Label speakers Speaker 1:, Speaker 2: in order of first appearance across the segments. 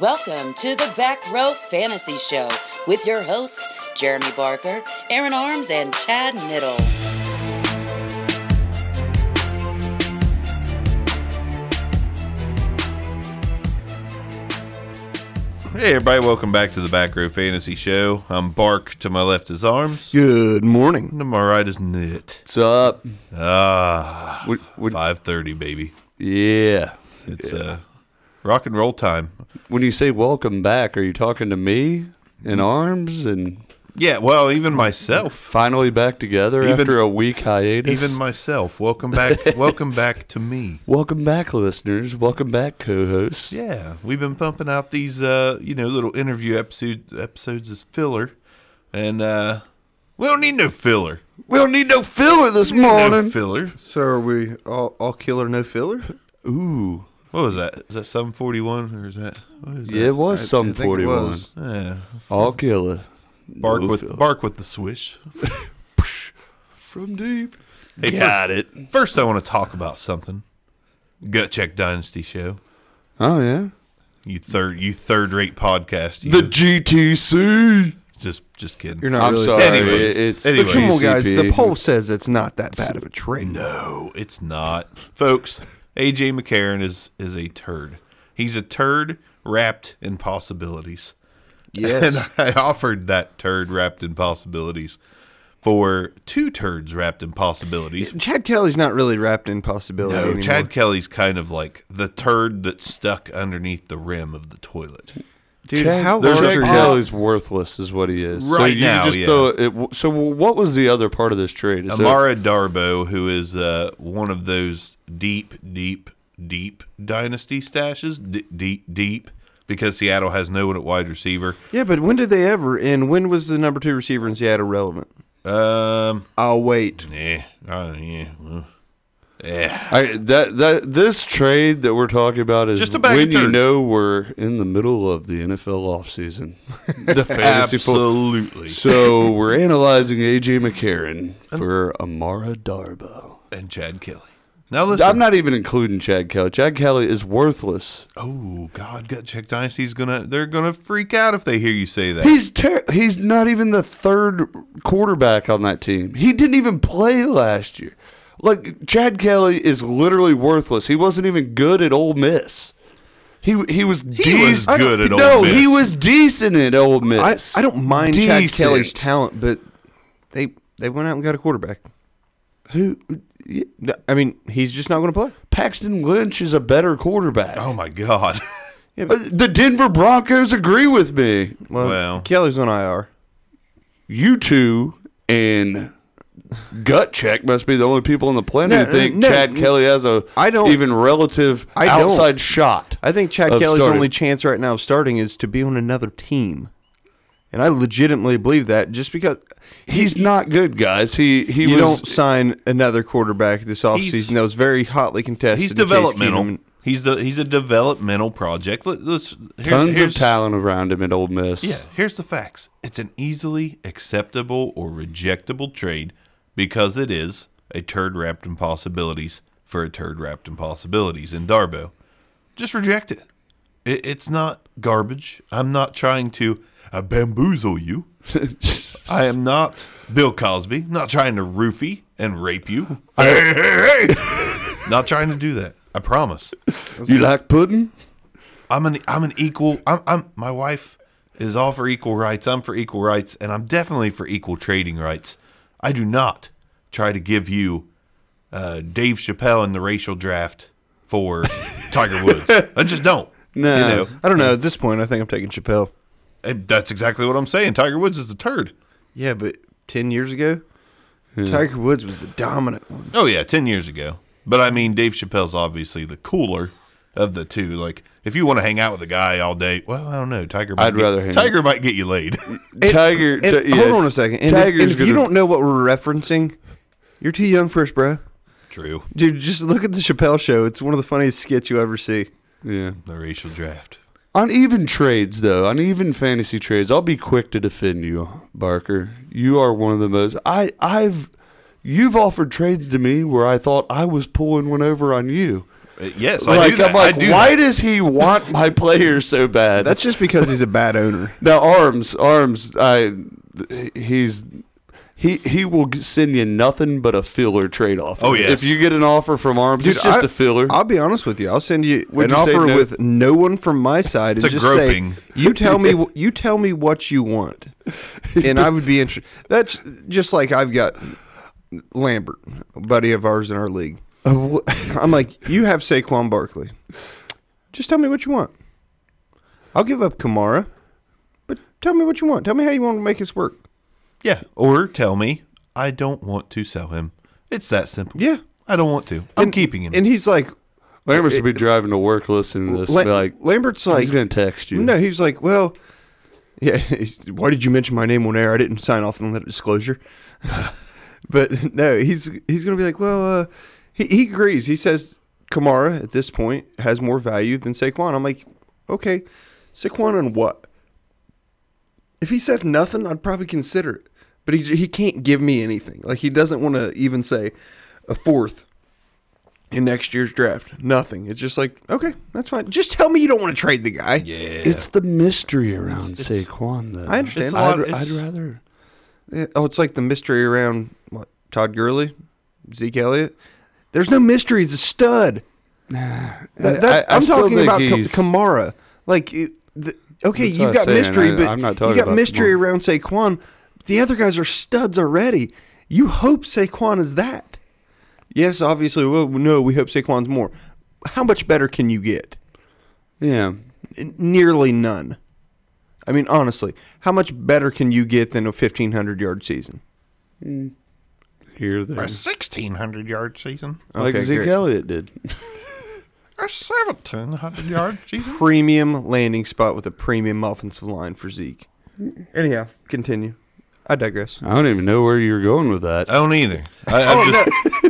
Speaker 1: Welcome to the Back Row Fantasy Show with your hosts, Jeremy Barker, Aaron Arms, and Chad Middle.
Speaker 2: Hey everybody, welcome back to the Back Row Fantasy Show. I'm Bark, to my left is Arms,
Speaker 3: Good morning.
Speaker 2: and to my right is Knit.
Speaker 3: What's up?
Speaker 2: Ah,
Speaker 3: Would- would-
Speaker 2: 5.30 baby.
Speaker 3: yeah.
Speaker 2: It's uh, rock and roll time.
Speaker 3: When you say welcome back, are you talking to me in arms and
Speaker 2: Yeah, well, even myself,
Speaker 3: finally back together
Speaker 2: Even-
Speaker 3: after a week hiatus?
Speaker 2: even myself, welcome back, welcome back to me.
Speaker 3: welcome back, listeners. Welcome back, co-hosts.
Speaker 2: Yeah, we've been pumping out these, uh, you know, little interview episode, episodes as filler, and uh, we don't need no filler.
Speaker 3: We don't need no filler this
Speaker 2: No
Speaker 3: morning.
Speaker 2: filler.
Speaker 4: So are we all, all killer, no filler?
Speaker 3: Ooh,
Speaker 2: What was that? Is that 741 or is that? What is
Speaker 3: yeah, it
Speaker 2: that?
Speaker 3: was some
Speaker 4: I think it
Speaker 3: forty-one.
Speaker 4: was.
Speaker 2: Yeah.
Speaker 3: All killer.
Speaker 2: Bark
Speaker 3: No
Speaker 2: with
Speaker 3: filler.
Speaker 2: bark with the swish.
Speaker 3: from deep.
Speaker 2: Hey,
Speaker 3: Got it.
Speaker 2: First, I want to talk about something. Gut Check Dynasty Show.
Speaker 3: Oh yeah.
Speaker 2: You third, you third-rate podcast. You
Speaker 3: The GTC.
Speaker 2: just, just kidding.
Speaker 4: You're not
Speaker 3: I'm
Speaker 4: really.
Speaker 3: sorry.
Speaker 2: Anyways,
Speaker 3: it- it's
Speaker 2: anyways.
Speaker 4: Come on, guys. The
Speaker 3: GCP.
Speaker 4: poll says it's not that bad of a trade.
Speaker 2: No, it's not, folks. AJ McCarron is is a turd. He's a turd wrapped in possibilities.
Speaker 4: Yes.
Speaker 2: And I offered that turd wrapped in possibilities for two turds wrapped in possibilities.
Speaker 4: Chad Kelly's not really wrapped in possibility.
Speaker 2: No,
Speaker 4: anymore.
Speaker 2: Chad Kelly's kind of like the turd that's stuck undernead the rim of the toilet.
Speaker 4: Dude,
Speaker 3: Chad,
Speaker 4: how
Speaker 3: there's
Speaker 4: large
Speaker 3: Chad
Speaker 4: are
Speaker 3: Kelly's worthless, is what he is. so
Speaker 2: Right
Speaker 3: you
Speaker 2: now,
Speaker 3: just
Speaker 2: yeah.
Speaker 3: throw it- it- So what was the other part of this trade? Is it-
Speaker 2: Amara Darbo, who is uh, one of those deep, deep, deep dynasty stashes, D- deep, deep, because Seattle has no one at wide receiver.
Speaker 4: Yeah, but when did they ever? And when was the number two receiver in Seattle relevant?
Speaker 2: Um,
Speaker 4: I'll wait.
Speaker 2: yeah, uh, yeah, well, yeah.
Speaker 3: I, that that this trade that we're talking about is
Speaker 2: Just a bag
Speaker 3: when
Speaker 2: of
Speaker 3: you
Speaker 2: turds.
Speaker 3: know we're in the middle of the NFL offseason, the fantasy football.
Speaker 2: Absolutely.
Speaker 3: So we're analyzing AJ McCarron for Amara Darbo.
Speaker 2: And Chad Kelly. Now listen.
Speaker 3: I'm not even including Chad Kelly. Chad Kelly is worthless.
Speaker 2: oh God, Gut Check Dynasty's gonna. They're gonna freak out if they hear you say that.
Speaker 3: He's ter- he's not even the third quarterback on that team. He didn't even play last year. Like Chad Kelly is literally worthless. He wasn't even good at Ole Miss. He he was
Speaker 2: was
Speaker 3: I don't-
Speaker 2: good at Ole
Speaker 3: no,
Speaker 2: Miss.
Speaker 3: he was decent at Ole
Speaker 4: I,
Speaker 3: Miss.
Speaker 4: I don't mind Chad
Speaker 3: Decent.
Speaker 4: Kelly's talent, but they they went out and got a quarterback.
Speaker 3: Who
Speaker 4: No, I mean, he's just not going to play.
Speaker 3: Paxton Lynch is a better quarterback.
Speaker 2: oh my God.
Speaker 3: Uh, the Denver Broncos agree with me.
Speaker 4: Well,
Speaker 2: Well.
Speaker 4: Kelly's on IR.
Speaker 3: You two and Gut Check must be the only people on the planet
Speaker 4: No,
Speaker 3: who think
Speaker 4: no,
Speaker 3: Chad
Speaker 4: no.
Speaker 3: Kelly has a
Speaker 4: I don't-
Speaker 3: even relative
Speaker 4: I don't.
Speaker 3: outside shot.
Speaker 4: I think Chad
Speaker 3: of
Speaker 4: Kelly's
Speaker 3: starting.
Speaker 4: only chance right now of starting is to be on another team. And I legitimately believe that just because
Speaker 3: He's not good, guys. He he
Speaker 4: you
Speaker 3: was
Speaker 4: don't sign another quarterback this
Speaker 2: He's-
Speaker 4: offseason that was very hotly contested.
Speaker 2: he's
Speaker 4: to Case
Speaker 2: developmental.
Speaker 4: Keenum.
Speaker 2: He's the he's a developmental project. Let, let's here's-
Speaker 3: tons of
Speaker 2: here's-
Speaker 3: talent around him at Ole Miss.
Speaker 2: Yeah, here's the facts. It's an easily acceptable or rejectable trade because it is a turd wrapped in possibilities for a turd wrapped in possibilities in Darbo. Just reject it. it it's not garbage. I'm not trying to uh, bamboozle you. I am not Bill Cosby. Not trying to roofie and rape you. Hey, hey, hey. not trying to do that. I promise.
Speaker 3: you like pudding?
Speaker 2: I'm an I'm an equal. I'm, I'm my wife is all for equal rights. I'm for equal rights, and I'm definitely for equal trading rights. I do not try to give you uh, Dave Chappelle in the racial draft for Tiger Woods. I just don't.
Speaker 3: No.
Speaker 2: you know
Speaker 4: I don't know. At this point, I think I'm taking Chappelle.
Speaker 2: Eh, that's exactly what I'm saying. Tiger Woods is a turd.
Speaker 4: Yeah, but 10 years ago, Tiger Woods was the dominant one.
Speaker 2: Oh yeah, ten years ago. But I mean, Dave Chappelle's obviously the cooler of the two. Like, if you want to hang out with a guy all day, well, I don't know. Tiger. Might
Speaker 3: I'd
Speaker 2: get-
Speaker 3: rather hang out-
Speaker 2: Tiger might get you laid.
Speaker 3: Tiger.
Speaker 4: And-
Speaker 3: ti- yeah.
Speaker 4: Hold on a second. And if-
Speaker 3: Tiger's
Speaker 4: and if
Speaker 3: gonna,
Speaker 4: you don't know what we're referencing, you're too young for us, bro.
Speaker 2: True.
Speaker 4: Dude, just look at the Chappelle show. It's one of the funniest skits you ever see.
Speaker 3: Yeah.
Speaker 2: The racial draft.
Speaker 3: Uneven trades, though. Uneven fantasy trades. I'll be quick to defend you, Barker. You are one of the most. I I've you've offered trades to me where I thought I was pulling one over on you.
Speaker 2: Uh, Yes, I
Speaker 3: Like
Speaker 2: do that.
Speaker 3: I'm like,
Speaker 2: I do
Speaker 3: why
Speaker 2: that.
Speaker 3: does he want my players so bad?
Speaker 4: That's just because he's a bad owner.
Speaker 3: Now arms, arms. I he's he he will g- send you nothing but a filler trade off.
Speaker 2: Oh,
Speaker 3: yeah.
Speaker 2: yes.
Speaker 3: if you get an offer from arms,
Speaker 4: Dude,
Speaker 3: it's just
Speaker 4: I-
Speaker 3: a filler.
Speaker 4: I'll be honest with you. I'll send you
Speaker 3: Would
Speaker 4: an
Speaker 3: you say
Speaker 4: offer
Speaker 3: no-
Speaker 4: with no one from my side
Speaker 2: It's
Speaker 4: and
Speaker 2: a
Speaker 4: just
Speaker 2: groping.
Speaker 4: say, "You tell me, wh- you tell me what you want," and I would be interested. That's just like I've got Lambert, a buddy of ours in our league.
Speaker 3: Uh,
Speaker 4: I'm like, you have Saquon Barkley. Just tell me what you want. I'll give up Kamara, but tell me what you want. Tell me how you want to make this work.
Speaker 2: Yeah, or tell me I don't want to sell him. It's that simple.
Speaker 4: Yeah.
Speaker 2: I don't want to. I'm
Speaker 4: And-
Speaker 2: keeping him.
Speaker 4: And he's like,
Speaker 3: Lambert's will be driving to work listening to this.
Speaker 4: La-
Speaker 3: and be like
Speaker 4: Lambert's like,
Speaker 3: he's gonna text you.
Speaker 4: No, he was like, well, yeah. he's- Why did you mention my name on air? I didn't sign off on that disclosure. but no, he's he's gonna be like, well, uh, he he agrees. He says Kamara at this point has more value than Saquon. I'm like, okay, Saquon on what? If he said nothing, I'd probably consider it. But he he can't give me anything. Like he doesn't want to even say a fourth in next year's draft. Nothing. It's just like, okay, that's fine. Just tell me you don't want to trade the guy.
Speaker 2: yeah,
Speaker 3: It's the mystery around Saquon, though.
Speaker 4: I understand.
Speaker 2: It's a lot-
Speaker 3: I'd,
Speaker 2: it's-
Speaker 3: I'd rather.
Speaker 4: Yeah, Oh, it's like the mystery around what, Todd Gurley, Zeke Elliott. There's no mystery. He's a stud. That, that,
Speaker 3: I- I
Speaker 4: I'm
Speaker 3: still
Speaker 4: talking
Speaker 3: think
Speaker 4: about Ka-
Speaker 3: he's-
Speaker 4: Kamara. Like, it- the,
Speaker 3: That's what I
Speaker 4: okay, you've
Speaker 3: was
Speaker 4: got
Speaker 3: saying.
Speaker 4: mystery,
Speaker 3: I-
Speaker 4: but
Speaker 3: I'm not talking
Speaker 4: you got
Speaker 3: about
Speaker 4: mystery
Speaker 3: Kamara.
Speaker 4: around Saquon. The other guys are studs already. You hope Saquon is that. Yes, obviously. Well, no, we hope Saquon's more. How much better can you get?
Speaker 3: Yeah,
Speaker 4: N- Nearly none. I mean, honestly, how much better can you get than a 1500 yard season?
Speaker 3: here
Speaker 2: a
Speaker 3: there.
Speaker 2: 1600 yard season,
Speaker 3: Like
Speaker 4: Okay,
Speaker 3: Zeke
Speaker 4: great.
Speaker 3: Elliott did.
Speaker 2: a 1700 yard season.
Speaker 4: premium landing spot with a premium offensive line for Zeke. Anyhow, continue. I digress.
Speaker 3: I don't even know where you're going with that.
Speaker 2: I don't either. I, I'm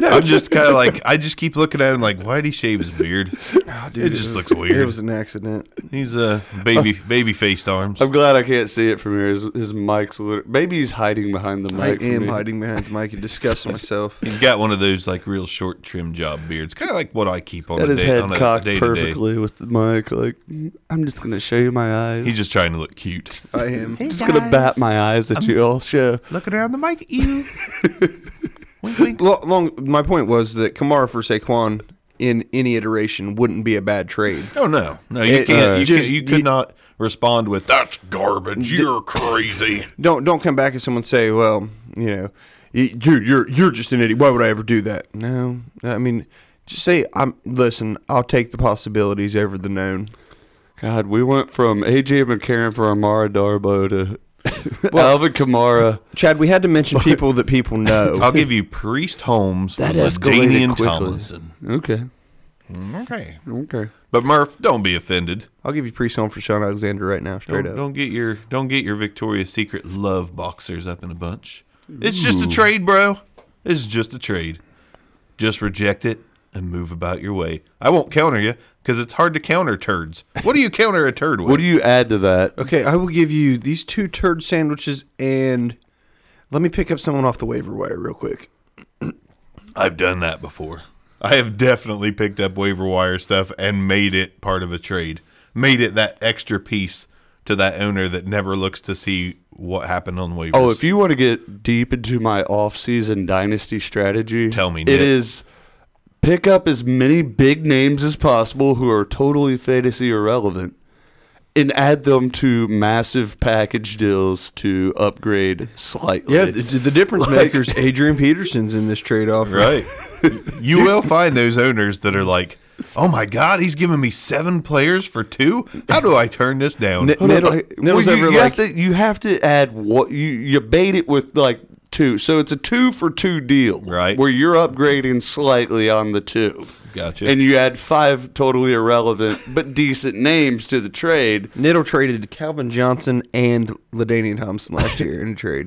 Speaker 2: just, I'm just kind of like, I just keep looking at him like, why'd he shave his beard? it just looks weird.
Speaker 4: It was an accident.
Speaker 2: He's uh, baby, baby faced arms.
Speaker 3: I'm glad I can't see it from here. His, his mic's lit- maybe he's hiding behind the
Speaker 4: I
Speaker 3: mic. from
Speaker 4: am
Speaker 3: me.
Speaker 4: hiding behind the mic and disgusting myself.
Speaker 2: He's got one of those like real short trim job beards, kind of like what I keep on
Speaker 3: Got
Speaker 2: a
Speaker 3: his
Speaker 2: day-
Speaker 3: head
Speaker 2: on a
Speaker 3: cocked
Speaker 2: day-to-day.
Speaker 3: perfectly with the mic. Like I'm just gonna show you my eyes.
Speaker 2: He's just trying to look cute.
Speaker 4: I am.
Speaker 3: just gonna bat my eyes at you all show.
Speaker 2: Looking around the mic at you. wink, wink.
Speaker 4: Lo- Long, my point was that Kamara for Saquon in any iteration wouldn't be a bad trade.
Speaker 2: Oh no, no, you
Speaker 4: It,
Speaker 2: can't.
Speaker 4: uh,
Speaker 2: you,
Speaker 4: just-
Speaker 2: can, you could
Speaker 4: you-
Speaker 2: not respond with "That's garbage. You're crazy."
Speaker 4: Don't don't come back and someone say, well, you know, y- you're you're you're just an idiot. Why would I ever do that? No, I mean, just say I'm. Listen, I'll take the possibilities over the known.
Speaker 3: God, we went from AJ McCarron for Amara Darbo to Alvin Kamara.
Speaker 4: Chad, we had to mention people that people know.
Speaker 2: I'll give you Priest Holmes
Speaker 3: That
Speaker 2: for
Speaker 3: escalated
Speaker 2: LaDainian
Speaker 3: quickly.
Speaker 2: Tomlinson.
Speaker 3: Okay,
Speaker 2: Okay,
Speaker 3: okay.
Speaker 2: but Murph, don't be offended.
Speaker 4: I'll give you priest home for Sean Alexander right now, straight
Speaker 2: Don't,
Speaker 4: up.
Speaker 2: don't get your don't get your Victoria's Secret love boxers up in a bunch. It's just a trade, bro. It's just a trade. Just reject it and move about your way. I won't counter you because it's hard to counter turds. What do you counter a turd with?
Speaker 3: What do you add to that?
Speaker 4: Okay, I will give you these two turd sandwiches and let me pick up someone off the waiver wire real quick.
Speaker 2: I've done that before. I have definitely picked up waiver wire stuff and made it part of a trade. Made it that extra piece to that owner that never looks to see what happened on waivers.
Speaker 3: Oh, if you want to get deep into my off-season dynasty strategy,
Speaker 2: Tell me, Nick.
Speaker 3: it is pick up as many big names as possible who are totally fantasy irrelevant, and add them to massive package deals to upgrade slightly.
Speaker 4: Yeah, the, the difference maker's Adrian Peterson's in this trade off.
Speaker 2: right, you will find those owners that are like, "Oh my God, he's giving me seven players for two. How do I turn this down?"
Speaker 4: N-
Speaker 3: Hold on,
Speaker 4: Niddle-
Speaker 3: like-
Speaker 4: Niddle's
Speaker 3: well, you,
Speaker 4: ever
Speaker 3: you have
Speaker 4: like,
Speaker 3: to you have to add what you you bait it with like two, so it's a two for two deal,
Speaker 2: Right.
Speaker 3: Where you're upgrading slightly on the two.
Speaker 2: Gotcha.
Speaker 3: and you add five totally irrelevant but decent names to the trade.
Speaker 4: Niddle traded Calvin Johnson and Ladainian Thompson last year in a trade.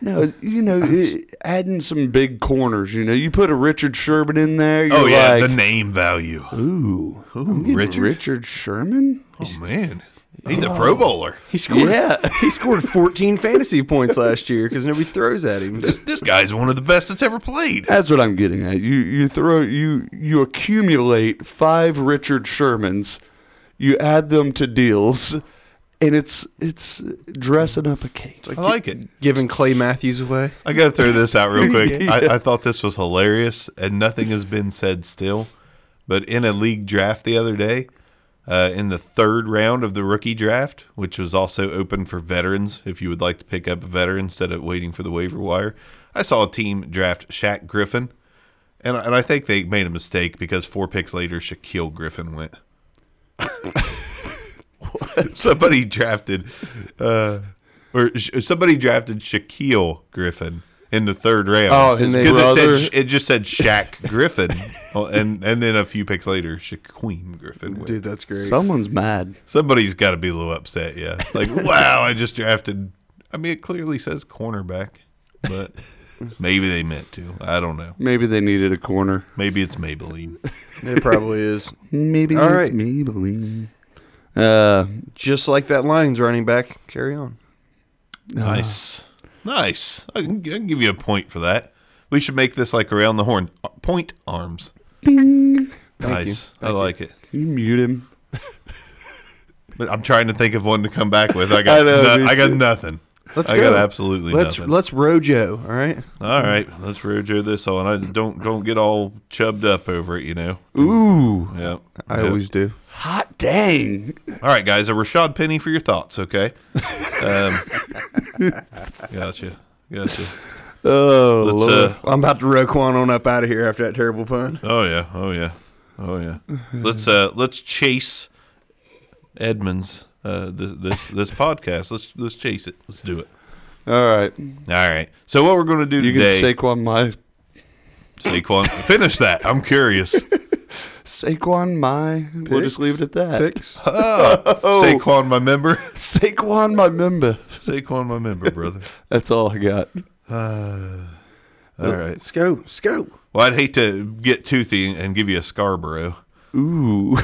Speaker 3: No, Uh, you know, it- adding some big corners. You know, you put a Richard Sherman in there. You're
Speaker 2: oh yeah,
Speaker 3: like,
Speaker 2: the name value.
Speaker 3: ooh, I'm getting
Speaker 2: Richard?
Speaker 3: Richard Sherman.
Speaker 2: Oh man, He's a Pro Bowler.
Speaker 4: He scored.
Speaker 3: Yeah.
Speaker 4: he scored 14 fantasy points last year because nobody throws at him.
Speaker 2: This,
Speaker 4: Just
Speaker 2: this guy's one of the best that's ever played.
Speaker 3: That's what I'm getting at. You you throw you you accumulate five Richard Shermans, you add them to deals, and it's it's dressing up a cake. Oh,
Speaker 2: I like it.
Speaker 4: giving Clay Matthews away.
Speaker 2: I gotta throw this out real quick. I, I thought this was hilarious, and nothing has been said still. But in a league draft the other day, uh, in the third round of the rookie draft, which was also open for veterans, if you would like to pick up a veteran instead of waiting for the waiver wire, I saw a team draft Shaq Griffin, and and I think they made a mistake because four picks later, Shaquille Griffin went. somebody drafted uh, or sh- somebody drafted Shaquille Griffin in the third round.
Speaker 3: Oh, his
Speaker 2: 'Cause
Speaker 3: brother-
Speaker 2: It, said, it just said Shaq Griffin, Oh, and and then a few picks later, Shaquem Griffin. went.
Speaker 4: Dude, that's great.
Speaker 3: Someone's mad.
Speaker 2: Somebody's got to be a little upset, yeah. Like, wow, I just drafted. I mean, it clearly says cornerback, but maybe they meant to. I don't know.
Speaker 3: Maybe they needed a corner.
Speaker 2: Maybe it's Maybelline.
Speaker 4: It probably is.
Speaker 3: Maybe
Speaker 4: All
Speaker 3: it's
Speaker 4: right.
Speaker 3: Maybelline. Uh,
Speaker 4: Just like that Lions running back. Carry on.
Speaker 2: Nice. Nice. I can, I can give you a point for that. We should make this like around the horn. Uh, Point arms.
Speaker 3: bing.
Speaker 4: Thank you.
Speaker 2: nice. I like it.
Speaker 3: Can you mute him?
Speaker 2: But I'm trying to think of one to come back with. I got
Speaker 3: I
Speaker 2: I,
Speaker 3: know, me
Speaker 2: I got
Speaker 3: too.
Speaker 2: nothing.
Speaker 4: Let's
Speaker 2: I
Speaker 4: go.
Speaker 2: got absolutely
Speaker 4: Let's
Speaker 2: nothing.
Speaker 4: let's rojo. All right.
Speaker 2: All right, let's rojo this on. I don't don't get all chubbed up over it, you know.
Speaker 4: Ooh.
Speaker 2: Yeah.
Speaker 4: I
Speaker 2: Yep.
Speaker 4: always do.
Speaker 3: Hot dang.
Speaker 2: All right, guys, a Rashad Penny for your thoughts, okay? Um, gotcha, gotcha.
Speaker 3: Oh,
Speaker 2: Let's,
Speaker 3: Lord.
Speaker 2: uh,
Speaker 4: I'm about to Roquan on up out of here after that terrible pun.
Speaker 2: oh yeah, oh yeah, oh yeah. Let's uh, let's chase Edmonds uh, this this this podcast. Let's let's chase it. Let's do it.
Speaker 3: all right.
Speaker 2: All right. So what we're gonna do
Speaker 3: You can
Speaker 2: today,
Speaker 3: Saquon my
Speaker 2: Saquon, finish that. I'm curious.
Speaker 3: Saquon my. We'll just
Speaker 4: Picks?
Speaker 3: leave it at that.
Speaker 4: Picks.
Speaker 3: Oh.
Speaker 2: Saquon, my member.
Speaker 3: Saquon my member.
Speaker 2: Saquon, my member, brother.
Speaker 3: That's all I got.
Speaker 2: All right.
Speaker 4: Let's go. Let's go.
Speaker 2: Well, I'd hate to get toothy and give you a Scarborough.
Speaker 3: Ooh.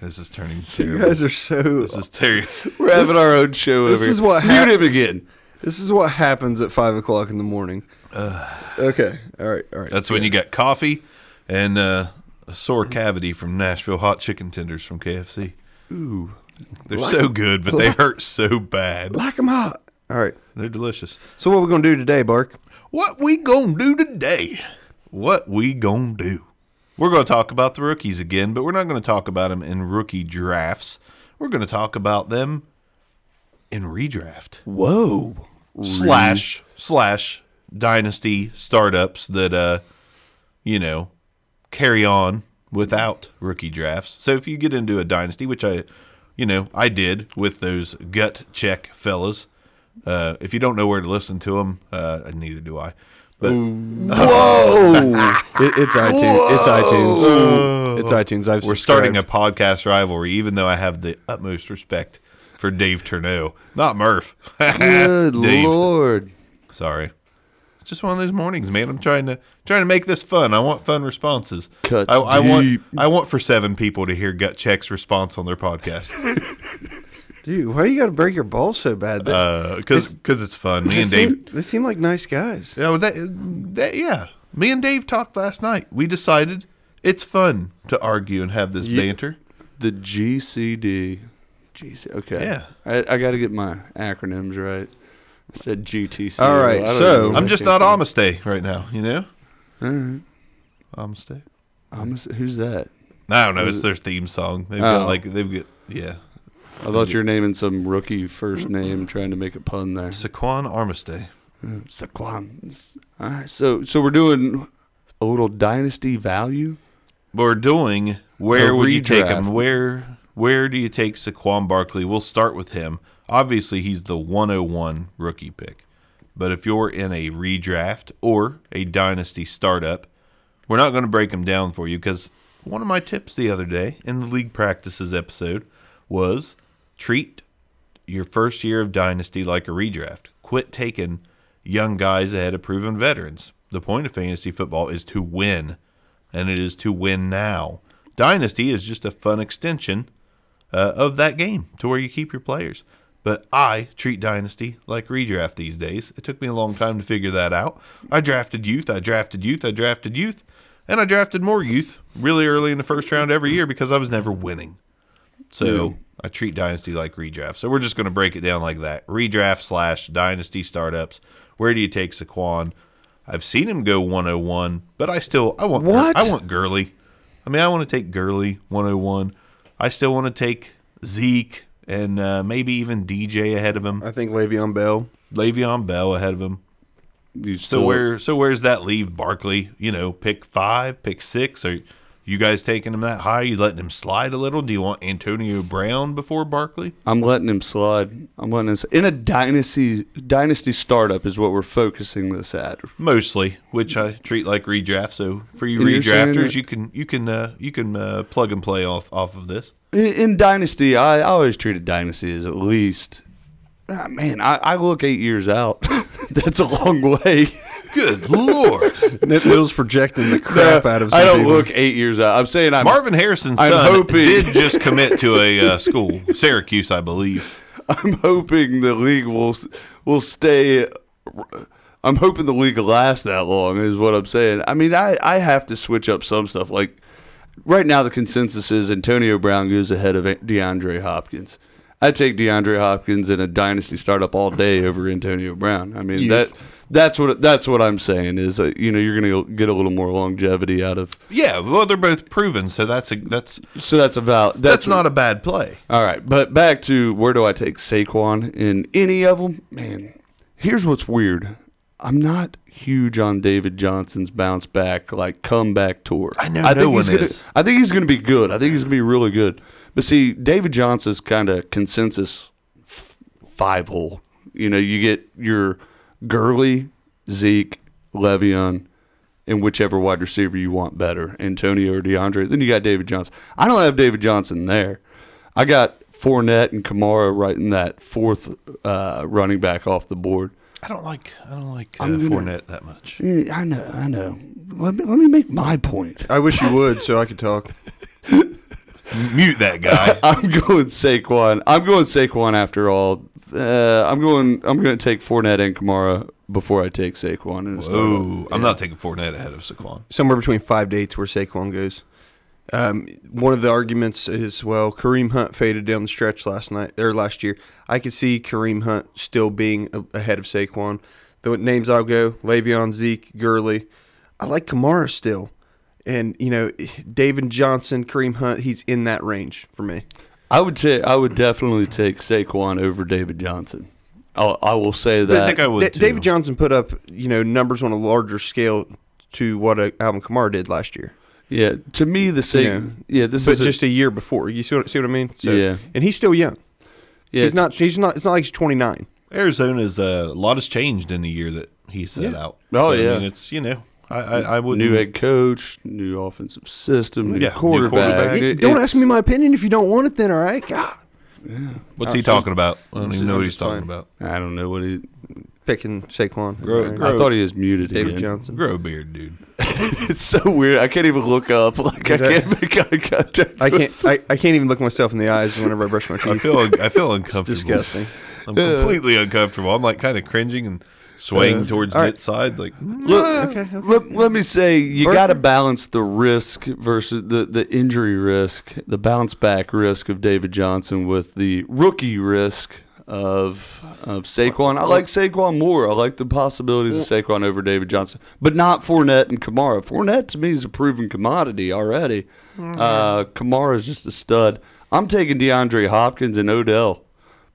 Speaker 2: This is turning
Speaker 4: You
Speaker 2: serious.
Speaker 4: guys are so.
Speaker 2: This is terrible.
Speaker 3: We're having our own show
Speaker 4: this
Speaker 3: over
Speaker 4: is
Speaker 3: here.
Speaker 4: what
Speaker 3: Mute
Speaker 4: hap-
Speaker 3: him again.
Speaker 4: This is what happens at five o'clock in the morning. okay. All right. All right.
Speaker 2: That's when you got coffee and uh, a sore cavity from Nashville hot chicken tenders from KFC.
Speaker 3: Ooh.
Speaker 2: They're so good, but they hurt so bad.
Speaker 4: like 'em hot. All right.
Speaker 2: They're delicious.
Speaker 4: So what we gonna do today, Bark?
Speaker 2: What we gonna do today? What we gonna do? We're gonna talk about the rookies again, but we're not gonna talk about them in rookie drafts. We're gonna talk about them in redraft.
Speaker 3: Whoa.
Speaker 2: slash slash dynasty startups that uh you know carry on without rookie drafts. So if you get into a dynasty, which I you know I did with those gut check fellas, uh, if you don't know where to listen to them, uh, and neither do I. But
Speaker 3: Whoa.
Speaker 4: It, it's iTunes. It's iTunes. It's iTunes. I've
Speaker 2: we're starting a podcast rivalry, even though I have the utmost respect for Dave Turneau, not Murph.
Speaker 3: Good
Speaker 2: Dave.
Speaker 3: lord.
Speaker 2: Sorry. It's just one of those mornings, man. I'm trying to trying to make this fun. I want fun responses.
Speaker 3: Cuts
Speaker 2: I, I want
Speaker 3: deep.
Speaker 2: I want for seven people to hear Gut Check's response on their podcast
Speaker 4: Dude, why do you got to break your balls so bad?
Speaker 2: Uh,
Speaker 4: They,
Speaker 2: because it's fun. Me
Speaker 4: they
Speaker 2: and
Speaker 4: seem,
Speaker 2: Dave.
Speaker 4: they seem like nice guys.
Speaker 2: Yeah, well, that, that, yeah. Me and Dave talked last night. We decided it's fun to argue and have this banter.
Speaker 3: The GCD. GC. Okay.
Speaker 2: Yeah.
Speaker 3: I, I got to get my acronyms right. I said GTC.
Speaker 4: All right,
Speaker 3: I don't
Speaker 4: so-
Speaker 3: even know where
Speaker 2: I'm
Speaker 3: that
Speaker 2: just
Speaker 3: came
Speaker 2: not
Speaker 3: from.
Speaker 2: Amistay right now. You know, Amistay.
Speaker 3: I'm a- who's that?
Speaker 2: I don't know. It's their theme song. They've
Speaker 3: Oh.
Speaker 2: got like they've got yeah.
Speaker 3: I thought you were naming some rookie first name, trying to make a pun there.
Speaker 2: Saquon Armistay.
Speaker 3: Saquon. All right, so so we're doing a little dynasty value.
Speaker 2: we're doing where
Speaker 3: A
Speaker 2: would you take
Speaker 3: redraft.
Speaker 2: him? Where where do you take Saquon Barkley? We'll start with him. Obviously, he's the 101 rookie pick. But if you're in a redraft or a dynasty startup, we're not going to break him down for you because one of my tips the other day in the league practices episode was treat your first year of dynasty like a redraft. Quit taking young guys ahead of proven veterans. The point of fantasy football is to win, and it is to win now. Dynasty is just a fun extension uh, of that game to where you keep your players. But I treat Dynasty like redraft these days. It took me a long time to figure that out. I drafted youth, I drafted youth, I drafted youth, and I drafted more youth really early in the first round every year because I was never winning. So I treat Dynasty like redraft. So we're just going to break it down like that redraft slash Dynasty startups. Where do you take Saquon? I've seen him go 101, but I still I want Gur-
Speaker 3: What?
Speaker 2: I want Gurley. I mean, I want to take Gurley 101. I still want to take Zeke and uh, maybe even DJ ahead of him.
Speaker 4: I think Le'Veon Bell.
Speaker 2: Le'Veon Bell ahead of him.
Speaker 3: You
Speaker 2: So
Speaker 3: still-
Speaker 2: where so where's that leave Barkley? You know, pick five, pick six. Are you guys taking him that high? You letting him slide a little? Do you want Antonio Brown before Barkley?
Speaker 3: I'm letting him slide. I'm letting us in a dynasty dynasty startup is what we're focusing this at.
Speaker 2: Mostly, which I treat like redraft. So for you
Speaker 3: And you're saying
Speaker 2: redrafters,
Speaker 3: that-
Speaker 2: you can you can uh, you can uh, plug and play off off of this.
Speaker 3: In, in dynasty, I, I always treated dynasty as at least. Ah, man, I, I look eight years out. That's a long way.
Speaker 2: Good lord,
Speaker 4: Nick Will's projecting the crap out of.
Speaker 3: I
Speaker 4: some
Speaker 3: don't
Speaker 4: people.
Speaker 3: look eight years out. I'm saying I'm.
Speaker 2: Marvin Harrison's
Speaker 3: I'm
Speaker 2: son
Speaker 3: hoping-
Speaker 2: did just commit to a uh, school, Syracuse, I believe.
Speaker 3: I'm hoping the league will will stay. I'm hoping the league lasts that long. Is what I'm saying. I mean, I I have to switch up some stuff. Like right now, the consensus is Antonio Brown goes ahead of DeAndre Hopkins. I take DeAndre Hopkins in a dynasty startup all day over Antonio Brown. I mean
Speaker 4: Youth.
Speaker 3: that that's what that's what I'm saying is uh, you know you're going to get a little more longevity out of.
Speaker 2: Yeah, well, they're both proven, so that's a that's
Speaker 3: So that's a valid.
Speaker 2: that's not a bad play.
Speaker 3: All right, but back to where do I take Saquon in any of them? Man, here's what's weird. I'm not huge on David Johnson's bounce back, like comeback tour.
Speaker 2: I know no
Speaker 3: he's
Speaker 2: one
Speaker 3: gonna,
Speaker 2: is.
Speaker 3: I think he's going to be good. I think he's going to be really good. But see, David Johnson's kind of consensus f- five hole. You know, you get your Gurley, Zeke, Le'Veon, and whichever wide receiver you want better, Antonio or DeAndre. Then you got David Johnson. I don't have David Johnson there. I got Fournette and Kamara right in that fourth uh, running back off the board.
Speaker 2: I don't like I don't like uh,
Speaker 3: I'm gonna-
Speaker 2: Fournette that much.
Speaker 3: Yeah, I know, I know. Let me, let me make my point.
Speaker 4: I wish you would, so I could talk.
Speaker 2: Mute that guy.
Speaker 3: I'm going Saquon. I'm going Saquon after all. Uh, I'm going. I'm going to take Fournette and Kamara before I take Saquon. In a startup.
Speaker 2: Ooh, I'm not taking Fournette ahead of Saquon.
Speaker 4: Somewhere between five to eight's where Saquon goes. Um, one of the arguments is well, Kareem Hunt faded down the stretch last night or last year. I could see Kareem Hunt still being a- ahead of Saquon. The names I'll go: Le'Veon, Zeke, Gurley. I like Kamara still, and you know, David Johnson, Kareem Hunt. He's in that range for me.
Speaker 3: I would say I would definitely take Saquon over David Johnson. I'll, I will say that.
Speaker 2: I think I would.
Speaker 4: Da-
Speaker 2: too.
Speaker 4: David Johnson put up you know numbers on a larger scale to what uh, Alvin Kamara did last year.
Speaker 3: Yeah, to me the
Speaker 4: You
Speaker 3: same.
Speaker 4: know,
Speaker 3: yeah, this
Speaker 4: but
Speaker 3: is a-
Speaker 4: just a, year before. You see what, see what I mean?
Speaker 3: Yeah.
Speaker 4: and he's still young.
Speaker 3: yeah,
Speaker 4: he's
Speaker 3: it's-
Speaker 4: not. He's not. It's not like he's 29.
Speaker 2: Arizona's uh, a lot has changed in the year that he set out.
Speaker 3: Oh,
Speaker 2: I
Speaker 3: yeah.
Speaker 2: mean, it's you know I I, I would
Speaker 3: new head coach, new offensive system, new
Speaker 2: Yeah, new
Speaker 3: quarterback.
Speaker 2: quarterback.
Speaker 3: It-
Speaker 4: don't
Speaker 3: it's-
Speaker 4: ask me my opinion if you don't want it. Then all right, God,
Speaker 2: What's he talking about? I don't
Speaker 4: I'm
Speaker 2: even know
Speaker 4: just-
Speaker 2: what he's
Speaker 4: I'm
Speaker 2: talking
Speaker 4: just
Speaker 2: about.
Speaker 3: I don't know what he.
Speaker 4: picking Saquon.
Speaker 2: Grow-
Speaker 4: All right.
Speaker 2: grow-
Speaker 3: I thought he was muted
Speaker 4: David
Speaker 3: again.
Speaker 4: Johnson.
Speaker 2: Grow a beard, dude.
Speaker 3: It's so weird. I can't even look up. Like I
Speaker 4: Did I-
Speaker 3: can't make eye contact.
Speaker 4: I can't. I, I can't even look myself in the eyes whenever I brush my
Speaker 2: I
Speaker 4: teeth.
Speaker 2: feel I feel uncomfortable.
Speaker 4: Disgusting.
Speaker 2: I'm completely uncomfortable. I'm like kind of cringing and swaying towards
Speaker 4: all right.
Speaker 2: mid side. Like mm.
Speaker 3: Look,
Speaker 4: Okay, okay.
Speaker 3: Let, let me say you
Speaker 4: Burger.
Speaker 3: got to balance the risk versus the, the injury risk, the bounce back risk of David Johnson with the rookie risk of of Saquon. I like Saquon more. I like the possibilities of Saquon over David Johnson, but not Fournette and Kamara. Fournette to me is a proven commodity already.
Speaker 4: Mm-hmm.
Speaker 3: Uh, Kamara is just a stud. I'm taking DeAndre Hopkins and Odell.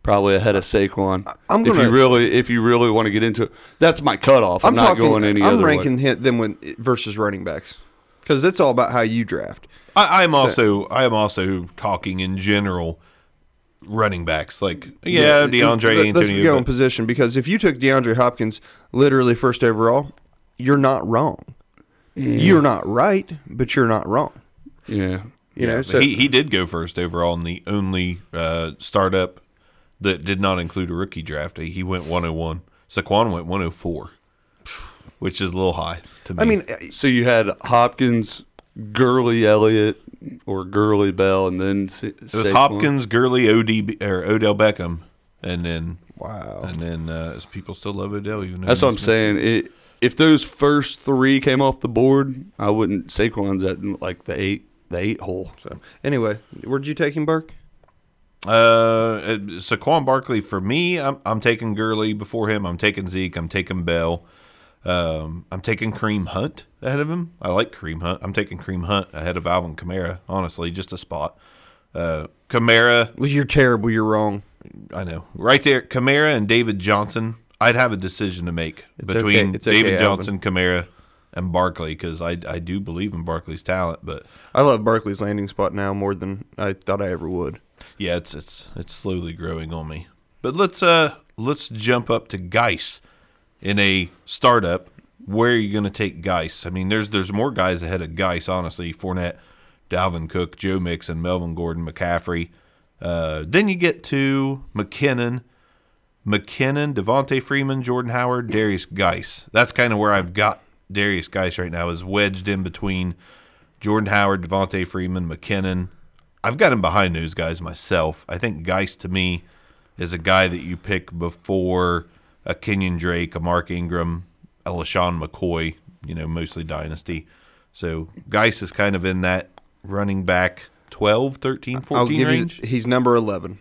Speaker 3: Probably ahead of Saquon.
Speaker 4: I'm
Speaker 3: if
Speaker 4: gonna-
Speaker 3: you really, if you really want to get into it, that's my cutoff. I'm,
Speaker 4: I'm,
Speaker 3: not
Speaker 4: talking,
Speaker 3: going any
Speaker 4: I'm
Speaker 3: other way.
Speaker 4: ranking hit them with versus running backs because it's all about how you draft.
Speaker 2: I, I'm also I am also talking in general running backs. Like yeah, DeAndre
Speaker 4: let- Let's
Speaker 2: Antonio.
Speaker 4: go in
Speaker 2: but-
Speaker 4: position because if you took DeAndre Hopkins literally first overall, you're not wrong. You're not right, but you're not wrong.
Speaker 3: Yeah.
Speaker 4: You know,
Speaker 2: but
Speaker 4: so
Speaker 2: he he did go first overall in the only uh, startup that did not include a rookie draft. He went 101. Saquon went 104, which is a little high to me.
Speaker 4: I mean,
Speaker 3: So you had Hopkins, Gurley, Elliott, or Gurley Bell, and then Sa- it
Speaker 2: It was Hopkins, Gurley, ODB, or Odell Beckham, and then
Speaker 4: Wow.
Speaker 2: and then uh, people still love Odell even. though
Speaker 3: That's what I'm
Speaker 2: he's-
Speaker 3: saying. It, if those first three came off the board, I wouldn't. Saquon's at like the eight, the eight hole.
Speaker 4: So anyway, where'd you take him, Burke?
Speaker 2: Uh, it- Saquon Barkley for me. I'm I'm taking Gurley before him. I'm taking Zeke. I'm taking Bell. Um, I'm taking Cream Hunt ahead of him. I like Cream Hunt. I'm taking Cream Hunt ahead of Alvin Kamara. Honestly, just a spot. Uh, Kamara.
Speaker 4: Well, you're terrible. You're wrong.
Speaker 2: I know. Right there, Kamara and David Johnson. I'd have a decision to make between
Speaker 4: okay. It's okay,
Speaker 2: David
Speaker 4: Alvin.
Speaker 2: Johnson, Kamara, and Barkley because I, I do believe in Barkley's talent, but
Speaker 4: I love Barkley's landing spot now more than I thought I ever would.
Speaker 2: yeah, it's it's it's slowly growing on me. But let's uh let's jump up to Geis in a startup. Where are you going to take Geis? I mean, there's there's more guys ahead of Geis. Honestly, Fournette, Dalvin Cook, Joe Mixon, Melvin Gordon, McCaffrey. Uh, then you get to McKinnon, McKinnon, Devontae Freeman, Jordan Howard, Darius Geis. That's kind of where I've got Darius Geis right now is wedged in between Jordan Howard, Devontae Freeman, McKinnon. I've got him behind those guys myself. I think Geis to me is a guy that you pick before a Kenyon Drake, a Mark Ingram, a LaShawn McCoy, you know, mostly dynasty. So Geis is kind of in that running back 12, 13, 14
Speaker 4: I'll give
Speaker 2: range.
Speaker 4: you. th- He's number eleven,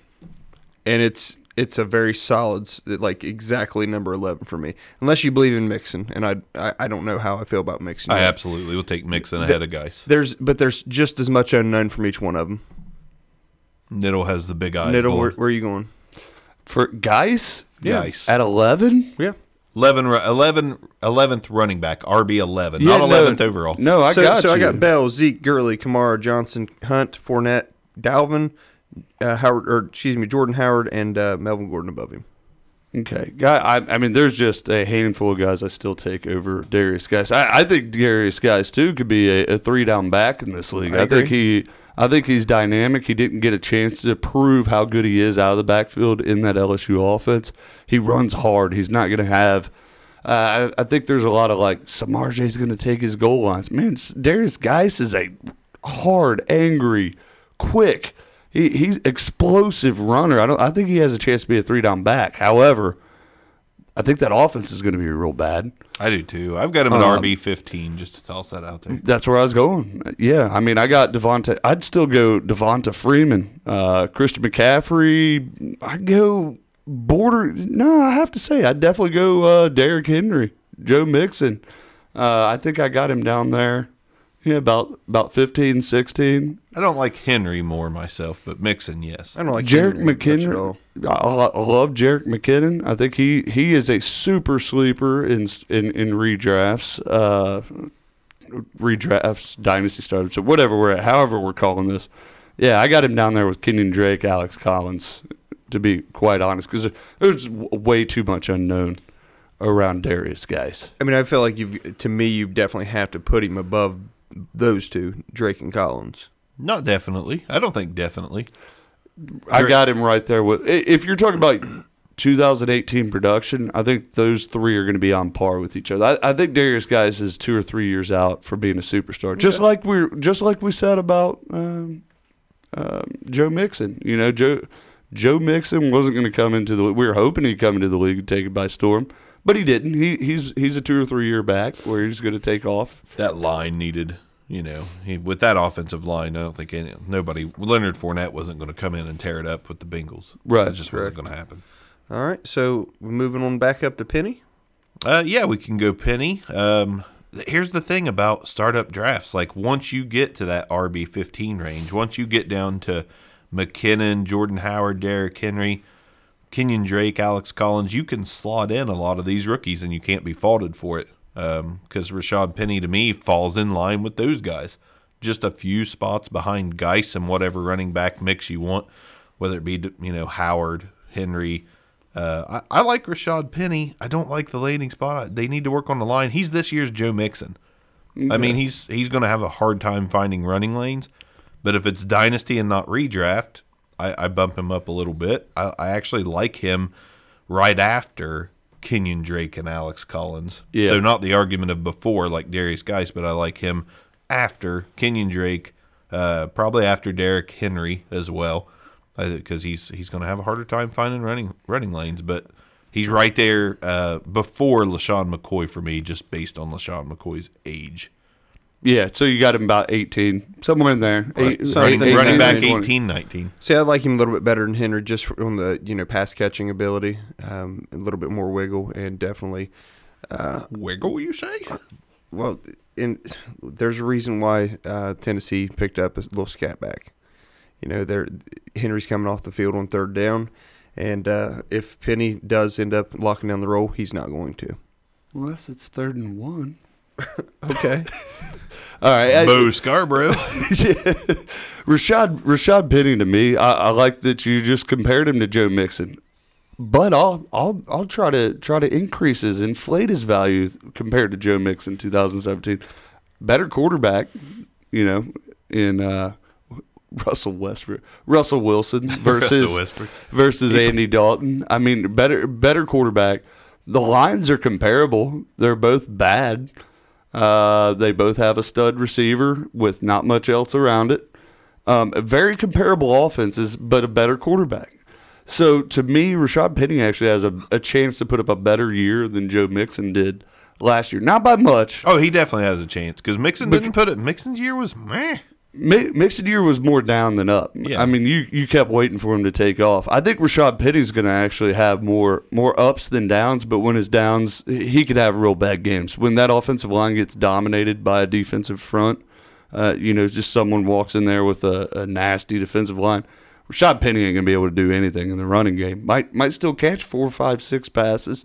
Speaker 4: and it's it's a very solid, s- like exactly number eleven for me. Unless you believe in Mixon, and I I, I don't know how I feel about Mixon.
Speaker 2: I
Speaker 4: yet.
Speaker 2: absolutely will take Mixon ahead of Geis.
Speaker 4: There's but there's just as much unknown from each one of them.
Speaker 2: Niddle has the big eyes.
Speaker 4: Niddle, where,
Speaker 2: board.
Speaker 4: where are you going?
Speaker 3: For guys,
Speaker 2: Yeah. Geis.
Speaker 3: at eleven,
Speaker 4: Yeah.
Speaker 2: 11, ru- 11, 11th running back, RB 11, not 11th overall.
Speaker 3: No, I
Speaker 4: so,
Speaker 3: got
Speaker 4: so
Speaker 3: you.
Speaker 4: I got Bell, Zeke, Gurley, Kamara, Johnson, Hunt, Fournette, Dalvin, uh, Howard, or excuse me, Jordan Howard, and uh, Melvin Gordon above him.
Speaker 3: Okay, guy. I, I mean, there's just a handful of guys I still take over Darius Guys. I, I think Darius Guys too could be a, a three down back in this league.
Speaker 4: I
Speaker 3: I, think he, I think he's dynamic. He didn't get a chance to prove how good he is out of the backfield in that LSU offense. He runs hard. He's not going to have. Uh, I, I think there's a lot of like Samarje's going to take his goal lines. Man, S- Darius Guys is a hard, angry, quick. He, he's explosive runner. I don't. I think he has a chance to be a three down back. However, I think that offense is going to be real bad.
Speaker 2: I do too. I've got him at
Speaker 3: Um,
Speaker 2: RB 15, just to toss that out there.
Speaker 3: That's where I was going. Yeah, I mean, I got Devonta. I'd still go Devonta Freeman, uh, Christian McCaffrey. I go border. No, I have to say, I'd definitely go uh, Derrick Henry, Joe Mixon. Uh, I think I got him down there. Yeah, about about 15, 16.
Speaker 2: I don't like Henry more myself, but Mixon, yes.
Speaker 4: I don't like
Speaker 3: Jarek
Speaker 4: Henry much at
Speaker 3: McKinnon.
Speaker 4: all.
Speaker 3: I, I I love Jarek McKinnon. I think he, he is a super sleeper in in, in redrafts, uh, redrafts, dynasty startups, or whatever we're at, however we're calling this. Yeah, I got him down there with Kenyon Drake, Alex Collins, to be quite honest, because there's w- way too much unknown around Darius guys.
Speaker 4: I mean, I feel like you've to me, you definitely have to put him above those two, Drake and Collins.
Speaker 2: Not definitely. I don't think definitely.
Speaker 3: I got him right there with. i- If you're talking about 2018 production, I think those three are going to be on par with each other. I, I think Darius Guys is two or three years out from being a superstar, just like we just like we said about um, um, Joe Mixon. You know, Joe Joe Mixon wasn't going to come into the. We were hoping he'd come into the league and take it by storm, but he didn't. He he's he's a two or three year back where he's going to take off.
Speaker 2: That line needed, you know, he, with that offensive line, I don't think any, nobody, Leonard Fournette wasn't going to come in and tear it up with the Bengals.
Speaker 3: Right,
Speaker 2: It just wasn't
Speaker 4: correct.
Speaker 2: going to happen.
Speaker 4: All right, so we're moving on back up to Penny.
Speaker 2: Uh, yeah, we can go penny. Um, th- here's the thing about startup drafts. Like once you get to that RB fifteen range, once you get down to McKinnon, Jordan Howard, Derrick Henry, Kenyon Drake, Alex Collins, you can slot in a lot of these rookies, and you can't be faulted for it. Because Rashad Penny to me falls in line with those guys, just a few spots behind Geis and whatever running back mix you want, whether it be you know Howard, Henry, uh, I, I like Rashad Penny. I don't like the landing spot. They need to work on the line. He's this year's Joe Mixon. I mean, he's he's going to have a hard time finding running lanes. But if it's dynasty and not redraft, I, I bump him up a little bit. I, I actually like him right after Kenyon Drake and Alex Collins.
Speaker 3: Yeah.
Speaker 2: So not the argument of before like Darius Geis, but I like him after Kenyon Drake, uh, probably after Derrick Henry as well, because he's he's going to have a harder time finding running running lanes. But he's right there uh, before Lashawn McCoy for me, just based on Lashawn McCoy's age.
Speaker 3: Yeah, so you got him about 18, somewhere in there. Eight-
Speaker 4: So
Speaker 2: running,
Speaker 4: I think
Speaker 2: running back
Speaker 3: 20.
Speaker 2: 18, 19.
Speaker 4: See, I like him a little bit better than Henry, just on the you know pass catching ability, um, a little bit more wiggle, and definitely,
Speaker 2: Wiggle, you say?
Speaker 4: well, in there's a reason why uh, Tennessee picked up a little scat back. You know, there Henry's coming off the field on third down, and uh, if Penny does end up locking down the roll, he's not going to.
Speaker 3: Unless it's third and one.
Speaker 4: Okay,
Speaker 3: All right. I-
Speaker 2: Bo Scarborough.
Speaker 3: Rashad Rashad Penny to me, I, I like that you just compared him to Joe Mixon, but I'll I'll I'll try to try to increase his inflate his value compared to Joe Mixon 2017. Better quarterback, you know, in uh, Russell Westbrook, Russell Wilson versus
Speaker 2: Westbrook.
Speaker 3: versus Andy Dalton. I mean, better better quarterback. The lines are comparable. They're both bad. Uh, they both have a stud receiver with not much else around it. Um, very comparable offenses, but a better quarterback. So to me, Rashad Penny actually has a, a chance to put up a better year than Joe Mixon did last year. Not by much.
Speaker 2: Oh, he definitely has a chance because Mixon didn't put it. Mixon's year was meh.
Speaker 3: Mi- Mixon year was more down than up.
Speaker 2: Yeah.
Speaker 3: I mean, you, you kept waiting for him to take off. I think Rashad Penny's going to actually have more more ups than downs, but when his downs, he could have real bad games. When that offensive line gets dominated by a defensive front, uh, you know, just someone walks in there with a, a nasty defensive line. Rashad Penny ain't going to be able to do anything in the running game. Might might still catch four, five, six passes,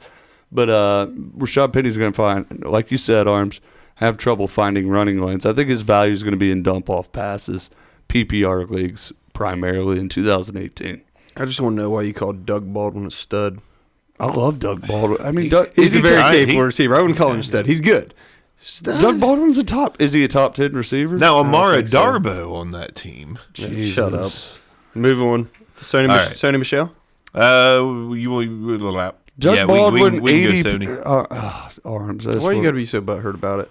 Speaker 3: but uh, Rashad Penny's going to find, like you said, arms have trouble finding running lanes. I think his value is going to be in dump off passes, PPR leagues primarily in 2018.
Speaker 4: I just want to know why you called Doug Baldwin a stud.
Speaker 3: I love Doug Baldwin. I mean, Doug,
Speaker 4: He's
Speaker 3: is
Speaker 4: a
Speaker 3: he
Speaker 4: very
Speaker 2: I-
Speaker 4: capable
Speaker 2: he-
Speaker 4: receiver. I wouldn't call him a stud. He's good.
Speaker 3: top- Doug Baldwin's a top. Is he a top ten receiver?
Speaker 2: Now Amara
Speaker 4: think so.
Speaker 2: Darbo on that team.
Speaker 3: Jesus.
Speaker 4: Shut up. Move on. Sony,
Speaker 2: All
Speaker 4: Mich-
Speaker 2: right.
Speaker 4: Sony Michelle.
Speaker 2: Uh, you will you will allow.
Speaker 3: Doug
Speaker 2: yeah, we- we,
Speaker 3: Baldwin,
Speaker 2: can- we,
Speaker 3: eighty
Speaker 2: can go
Speaker 3: p-
Speaker 2: Sony.
Speaker 3: uh, ah, arms. that's
Speaker 4: Why you
Speaker 3: what-
Speaker 4: got to be so butthurt about it?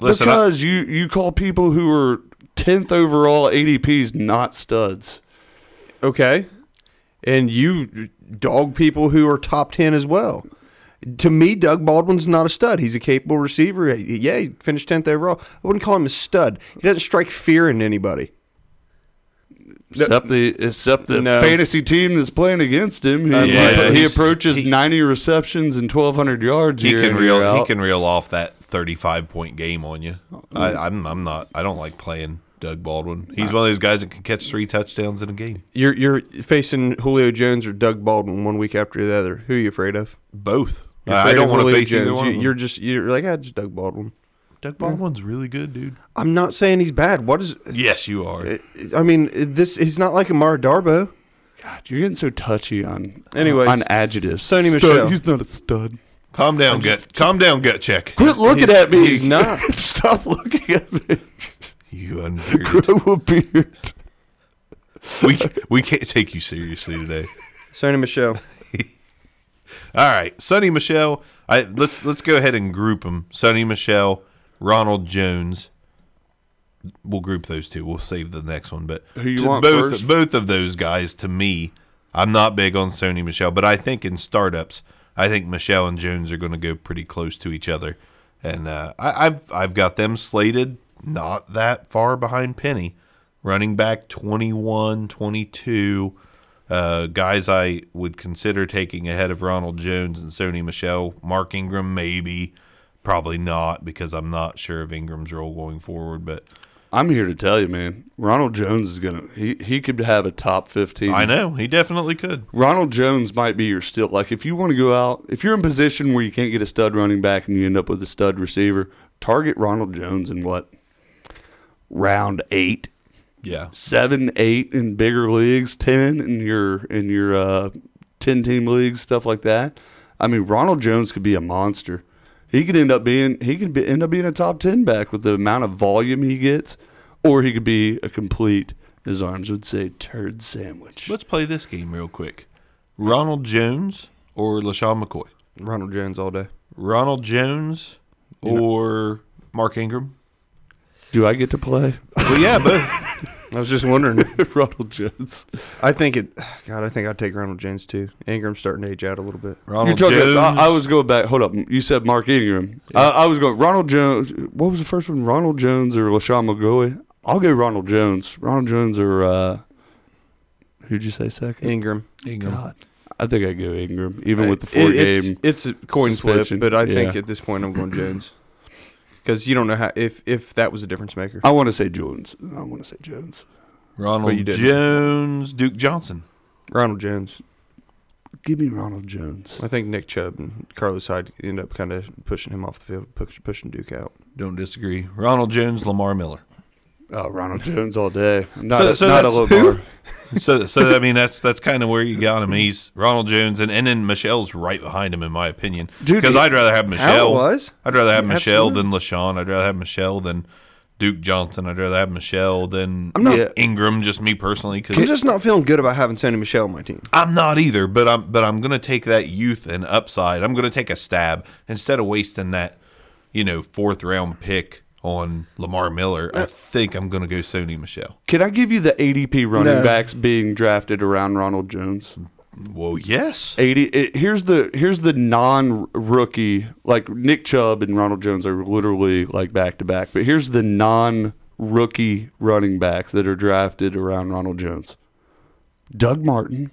Speaker 2: Listen, I,
Speaker 3: because you you call people who are tenth overall ADPs not studs.
Speaker 4: Okay. And you dog people who are top 10 as well. To me, Doug Baldwin's not a stud. He's a capable receiver. Yeah, he finished 10th overall. I wouldn't call him a stud. He doesn't strike fear in anybody.
Speaker 3: Except the except the
Speaker 4: No.
Speaker 3: fantasy team that's playing against him. He,
Speaker 2: Um, Yeah,
Speaker 3: he
Speaker 2: he's-
Speaker 3: approaches
Speaker 2: he-
Speaker 3: ninety receptions and twelve hundred yards.
Speaker 2: he
Speaker 3: year
Speaker 2: can
Speaker 3: in, year
Speaker 2: reel he
Speaker 3: out.
Speaker 2: can reel off that thirty five point game on you. I, I'm I'm not. I don't like playing Doug Baldwin. He's one of those guys that can catch three touchdowns in a game.
Speaker 4: You're, you're facing Julio Jones or Doug Baldwin one week after the other. Who are you afraid of?
Speaker 2: Both.
Speaker 4: You're
Speaker 2: Uh, I- I
Speaker 4: afraid
Speaker 2: don't
Speaker 4: of
Speaker 2: want to
Speaker 4: Julio
Speaker 2: face either
Speaker 4: Jones.
Speaker 2: one.
Speaker 4: You-
Speaker 2: of them.
Speaker 4: You're just you're like I just Doug Baldwin.
Speaker 2: Doug Baldwin's really good, dude.
Speaker 4: I'm not saying he's bad. What is?
Speaker 2: Yes, you are.
Speaker 4: I mean, this he's not like Amara Darbo.
Speaker 3: God, you're getting so touchy on
Speaker 4: Anyways,
Speaker 3: on adjectives.
Speaker 4: Sony Michelle.
Speaker 3: he's not a stud.
Speaker 2: Calm down, gut. Calm down, gut check.
Speaker 3: Quit looking
Speaker 4: he's-
Speaker 3: at me.
Speaker 4: he's not.
Speaker 3: Stop looking at me.
Speaker 2: You unbearded.
Speaker 3: Grow a beard.
Speaker 2: we we can't take you seriously today.
Speaker 4: Sony Michelle.
Speaker 2: All right, Sonny Michelle. I let's let's go ahead and group them. Sonny Michelle, Ronald Jones. We'll group those two. We'll save the next one, but
Speaker 3: Who you
Speaker 2: to
Speaker 3: want
Speaker 2: both
Speaker 3: first?
Speaker 2: both of those guys to me, I'm not big on Sony Michelle, but I think in startups, I think Michelle and Jones are going to go pretty close to each other, and uh, I, I've I've got them slated not that far behind Penny, running back 21, 22 uh, guys I would consider taking ahead of Ronald Jones and Sony Michelle. Mark Ingram, maybe, probably not, because I'm not sure of Ingram's role going forward. But
Speaker 3: I'm here to tell you, man. Ronald Jones is gonna. He he could have a top fifteen.
Speaker 2: I know he definitely could.
Speaker 3: Ronald Jones might be your still. Like if you want to go out, if you're in position where you can't get a stud running back and you end up with a stud receiver, target Ronald Jones in what round eight,
Speaker 2: Yeah,
Speaker 3: seven, eight in bigger leagues, ten in your in your uh, ten team leagues, stuff like that. I mean, Ronald Jones could be a monster. He could end up being he could be, end up being a top ten back with the amount of volume he gets, or he could be a complete, as arms would say, turd sandwich.
Speaker 2: let's play this game real quick. Ronald Jones or LaShawn McCoy.
Speaker 4: Ronald Jones all day.
Speaker 2: Ronald Jones or Mark Ingram.
Speaker 3: Do I get to play?
Speaker 2: Well, yeah, both.
Speaker 4: I was just wondering.
Speaker 3: Ronald Jones.
Speaker 4: I think it. God, I think I'd take Ronald Jones too. Ingram's starting to age out a little bit.
Speaker 2: Ronald
Speaker 3: You're talking-
Speaker 2: Jones.
Speaker 3: I, I was going back. Hold up. You said Mark Ingram. I, I was going Ronald Jones. What was the first one? Ronald Jones or LaShawn McGoy? I'll go Ronald Jones. Ronald Jones or uh, who'd you say second?
Speaker 4: Ingram.
Speaker 2: Ingram.
Speaker 3: God, I think I go Ingram, even with the four
Speaker 4: It- it's-
Speaker 3: game.
Speaker 4: It's, a coin flip,
Speaker 3: suspension.
Speaker 4: but I think
Speaker 3: Yeah.
Speaker 4: at this point I'm going Jones because you don't know how if if that was a difference maker.
Speaker 3: I want to say Jones. I want to say Jones.
Speaker 4: But you
Speaker 2: Ronald
Speaker 4: didn't.
Speaker 2: Jones. Duke Johnson.
Speaker 4: Ronald Jones.
Speaker 3: Give me Ronald Jones.
Speaker 4: I think Nick Chubb and Carlos Hyde end up kind of pushing him off the field, push, pushing Duke out.
Speaker 2: Don't disagree. Ronald Jones. Lamar Miller.
Speaker 3: Oh, Ronald Jones all day. Not,
Speaker 2: So-
Speaker 3: a,
Speaker 2: so
Speaker 3: not a
Speaker 2: that's
Speaker 3: Lamar.
Speaker 2: so, so I mean, that's that's kind of where you got him. He's Ronald Jones, and, and then Michelle's right behind him, in my opinion.
Speaker 3: Dude,
Speaker 2: Because
Speaker 3: he-
Speaker 2: I'd rather have
Speaker 4: How
Speaker 2: Michelle.
Speaker 4: it was?
Speaker 2: I'd rather have Michelle
Speaker 4: Absolutely.
Speaker 2: than LaShawn. I'd rather have Michelle than Duke Johnson. I'd rather have Michelle than
Speaker 4: I'm not-
Speaker 3: Yeah.
Speaker 2: Ingram. Just me personally, because
Speaker 4: I'm just not feeling good about having Sony Michelle on my team.
Speaker 2: I'm not either, but I'm but I'm gonna take that youth and upside. I'm gonna take a stab instead of wasting that, you know, fourth round pick on Lamar Miller. I think I'm gonna go Sony Michelle.
Speaker 3: Can I give you the ADP running
Speaker 4: No.
Speaker 3: backs being drafted around Ronald Jones?
Speaker 2: Well, yes,
Speaker 3: 80 it, eh, here's the here's the non rookie like Nick Chubb and Ronald Jones are literally like back to back but here's the non rookie running backs that are drafted around Ronald Jones Doug Martin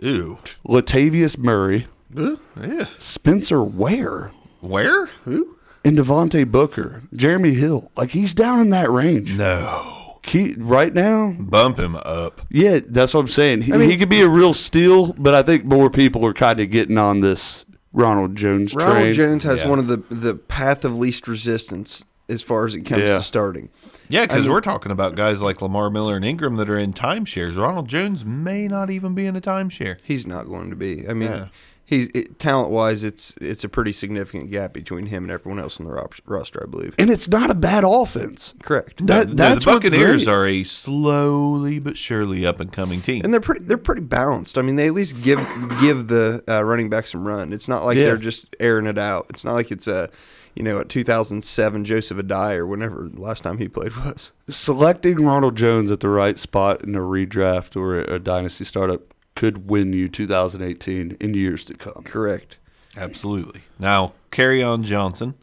Speaker 2: ew,
Speaker 3: Latavius Murray
Speaker 2: yeah.
Speaker 3: Spencer Ware
Speaker 2: Where?
Speaker 3: and Devontae Booker Jeremy Hill like he's down in that range
Speaker 2: No,
Speaker 3: He- right now
Speaker 2: bump him up.
Speaker 3: yeah that's what I'm saying he, he could be a real steal but I think more people are kind of getting on this Ronald Jones train
Speaker 4: Ronald Jones has
Speaker 2: Yeah.
Speaker 4: one of the the path of least resistance as far as it comes
Speaker 3: Yeah.
Speaker 4: to starting.
Speaker 2: Yeah, because
Speaker 4: mean-
Speaker 2: we're talking about guys like Lamar Miller and Ingram that are in timeshares. Ronald Jones may not even be in a timeshare.
Speaker 4: He's not going to be. I mean,
Speaker 2: Yeah.
Speaker 4: he's it, talent wise, it's it's a pretty significant gap between him and everyone else on the ro- roster, I believe.
Speaker 3: and it's not a bad offense.
Speaker 4: Correct.
Speaker 3: That-
Speaker 2: The-
Speaker 3: that's
Speaker 2: the
Speaker 3: what's
Speaker 2: Buccaneers
Speaker 3: great.
Speaker 2: are a slowly but surely up and coming team.
Speaker 4: and they're pretty they're pretty balanced. I mean, they at least give give the uh, running back some run. It's not like
Speaker 3: Yeah.
Speaker 4: they're just airing it out. It's not like it's a you know a 2007 Joseph Adai or whenever the last time he played was.
Speaker 3: Selecting Ronald Jones at the right spot in a redraft or a dynasty startup could win you 2018 in years to come.
Speaker 4: Correct.
Speaker 2: Absolutely. Now, Carry On Johnson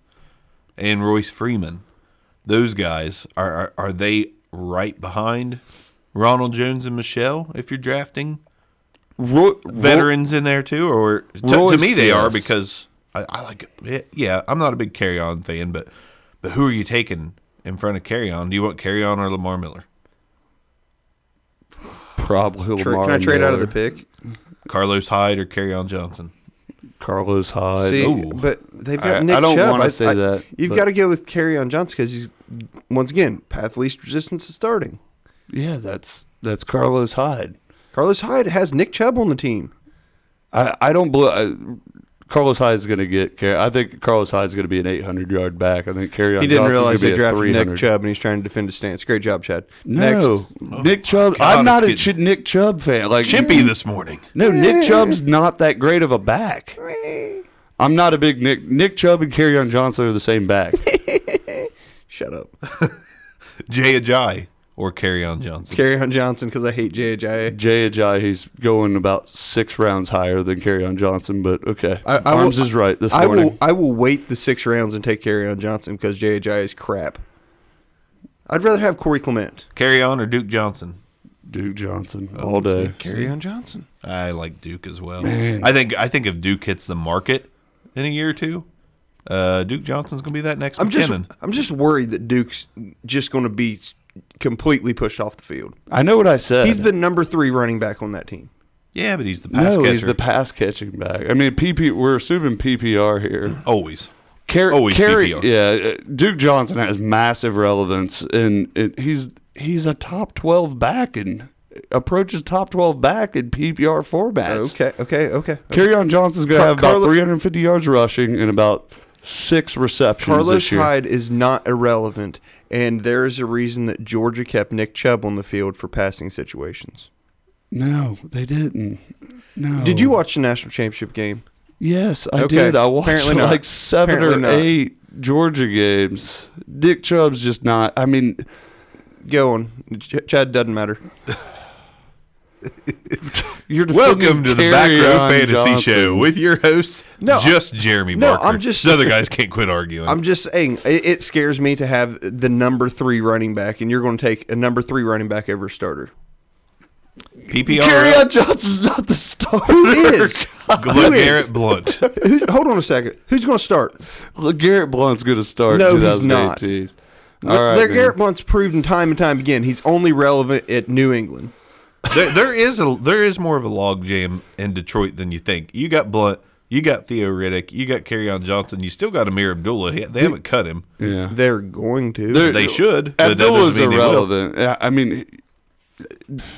Speaker 2: and Royce Freeman, those guys are, are are they right behind Ronald Jones and Michelle if you're drafting
Speaker 3: Ro- Ro-
Speaker 2: veterans in there too? Or to, to
Speaker 3: Royce,
Speaker 2: me, they are
Speaker 3: yes.
Speaker 2: because I, I like it. Yeah, I'm not a big Carry On fan, but but who are you taking in front of Carry On? Do you want Carry On or Lamar Miller?
Speaker 3: probably
Speaker 4: Tra-
Speaker 3: Lamar
Speaker 4: can I trade out of the
Speaker 3: Miller,
Speaker 4: pick?
Speaker 2: Carlos Hyde or Carry On Johnson?
Speaker 3: Carlos Hyde.
Speaker 4: See,
Speaker 2: know.
Speaker 4: but they've
Speaker 3: I-
Speaker 4: got
Speaker 3: Uh, I
Speaker 4: Nick
Speaker 3: don't
Speaker 4: Chubb.
Speaker 3: wanna say that,
Speaker 4: You've
Speaker 3: but-
Speaker 4: got to go with Carry on Johnson because he's once again path least resistance to starting.
Speaker 3: Yeah, that's that's Carlos Hyde.
Speaker 4: Carlos Hyde has Nick Chubb on the team.
Speaker 3: I, I don't believe Carlos Hyde is going to get. Car- I think Carlos Hyde is going to be an 800 yard back. I think carry on.
Speaker 4: He didn't
Speaker 3: Johnson's
Speaker 4: realize
Speaker 3: gonna
Speaker 4: they
Speaker 3: be a
Speaker 4: drafted
Speaker 3: 300.
Speaker 4: Nick Chubb, and he's trying to defend his stance. Great job, Chad.
Speaker 3: No, Nick Chubb.
Speaker 2: God,
Speaker 3: I'm not a
Speaker 2: it's
Speaker 3: Ch- Nick Chubb fan. Like
Speaker 2: Chimpy this morning.
Speaker 3: No, Nick Chubb's not that great of a back. I'm not a big Nick. Nick Chubb and on Johnson are the same back.
Speaker 4: Shut up.
Speaker 2: Jay Ajay or Carry On Johnson?
Speaker 4: Carry on Johnson because I hate JJ.
Speaker 3: Jay Ajayi, he's going about six rounds higher than on Johnson, but okay.
Speaker 4: I, I
Speaker 3: Arms
Speaker 4: will,
Speaker 3: is right this
Speaker 4: I
Speaker 3: morning.
Speaker 4: will. I will wait the six rounds and take carry on Johnson because JHI is crap. I'd rather have Corey Clement.
Speaker 2: Carry On or Duke Johnson?
Speaker 3: Duke Johnson all day.
Speaker 4: Carry on Johnson.
Speaker 2: I like Duke as well.
Speaker 3: Man.
Speaker 2: I think I think if Duke hits the market in a year or two, uh, Duke Johnson's gonna be that next
Speaker 4: I'm just.
Speaker 2: McKinnon.
Speaker 4: I'm just worried that Duke's just going to be s- completely pushed off the field.
Speaker 3: I know what I said.
Speaker 4: He's the number three running back on that team.
Speaker 2: yeah, but he's the pass
Speaker 3: no,
Speaker 2: catcher.
Speaker 3: he's the pass catching back. I mean, PP. We're assuming PPR here.
Speaker 2: always.
Speaker 3: Car-
Speaker 4: Oh,
Speaker 2: Always
Speaker 3: carry,
Speaker 2: PPR.
Speaker 3: yeah. uh, Duke Johnson has massive relevance, and it, he's he's a top twelve back and approaches top twelve back in PPR formats.
Speaker 4: Okay. Okay. Okay.
Speaker 3: Carry on Johnson's going to
Speaker 4: Car-
Speaker 3: have about
Speaker 4: Carlo-
Speaker 3: 350 yards rushing and about six receptions
Speaker 4: Carlos
Speaker 3: this year.
Speaker 4: Hyde is not irrelevant, and there is a reason that Georgia kept Nick Chubb on the field for passing situations.
Speaker 3: No, they didn't. No.
Speaker 4: Did you watch the national championship game?
Speaker 3: Yes, I
Speaker 4: Okay.
Speaker 3: did. I watched
Speaker 4: Apparently not.
Speaker 3: like seven
Speaker 4: Apparently
Speaker 3: or
Speaker 4: not.
Speaker 3: eight Georgia games. Dick Chubb's just not. I mean,
Speaker 4: go on. Ch- Chad doesn't matter.
Speaker 3: You're
Speaker 2: Welcome to the Back Row
Speaker 3: Carry-On
Speaker 2: Fantasy
Speaker 3: Johnson.
Speaker 2: Show with your hosts,
Speaker 4: No,
Speaker 2: just Jeremy
Speaker 4: no,
Speaker 2: Barker.
Speaker 4: I'm just-
Speaker 2: the other guys can't quit arguing.
Speaker 4: I'm just saying it, it scares me to have the number three running back, and you're going to take a number three running back over a starter.
Speaker 2: PPR
Speaker 3: Carry-On Johnson's not the starter.
Speaker 4: Is
Speaker 2: Garrett Blunt.
Speaker 4: Who, hold on a second. Who's going to start?
Speaker 3: Look, Garrett Blunt's going to start.
Speaker 4: No, he's not.
Speaker 3: 2018. he's
Speaker 4: Their Garrett Blunt's proven time and time again he's only relevant at New England.
Speaker 2: there, there is a there is more of a logjam in Detroit than you think. You got Blunt, you got Theo Riddick, you got Carryon Johnson, you still got Amir Abdullah. He- They haven't cut him.
Speaker 3: Yeah.
Speaker 4: They're going to.
Speaker 3: They're-
Speaker 2: They should. but that
Speaker 3: Abdullah's
Speaker 2: doesn't mean they will.
Speaker 3: irrelevant. Yeah, I mean,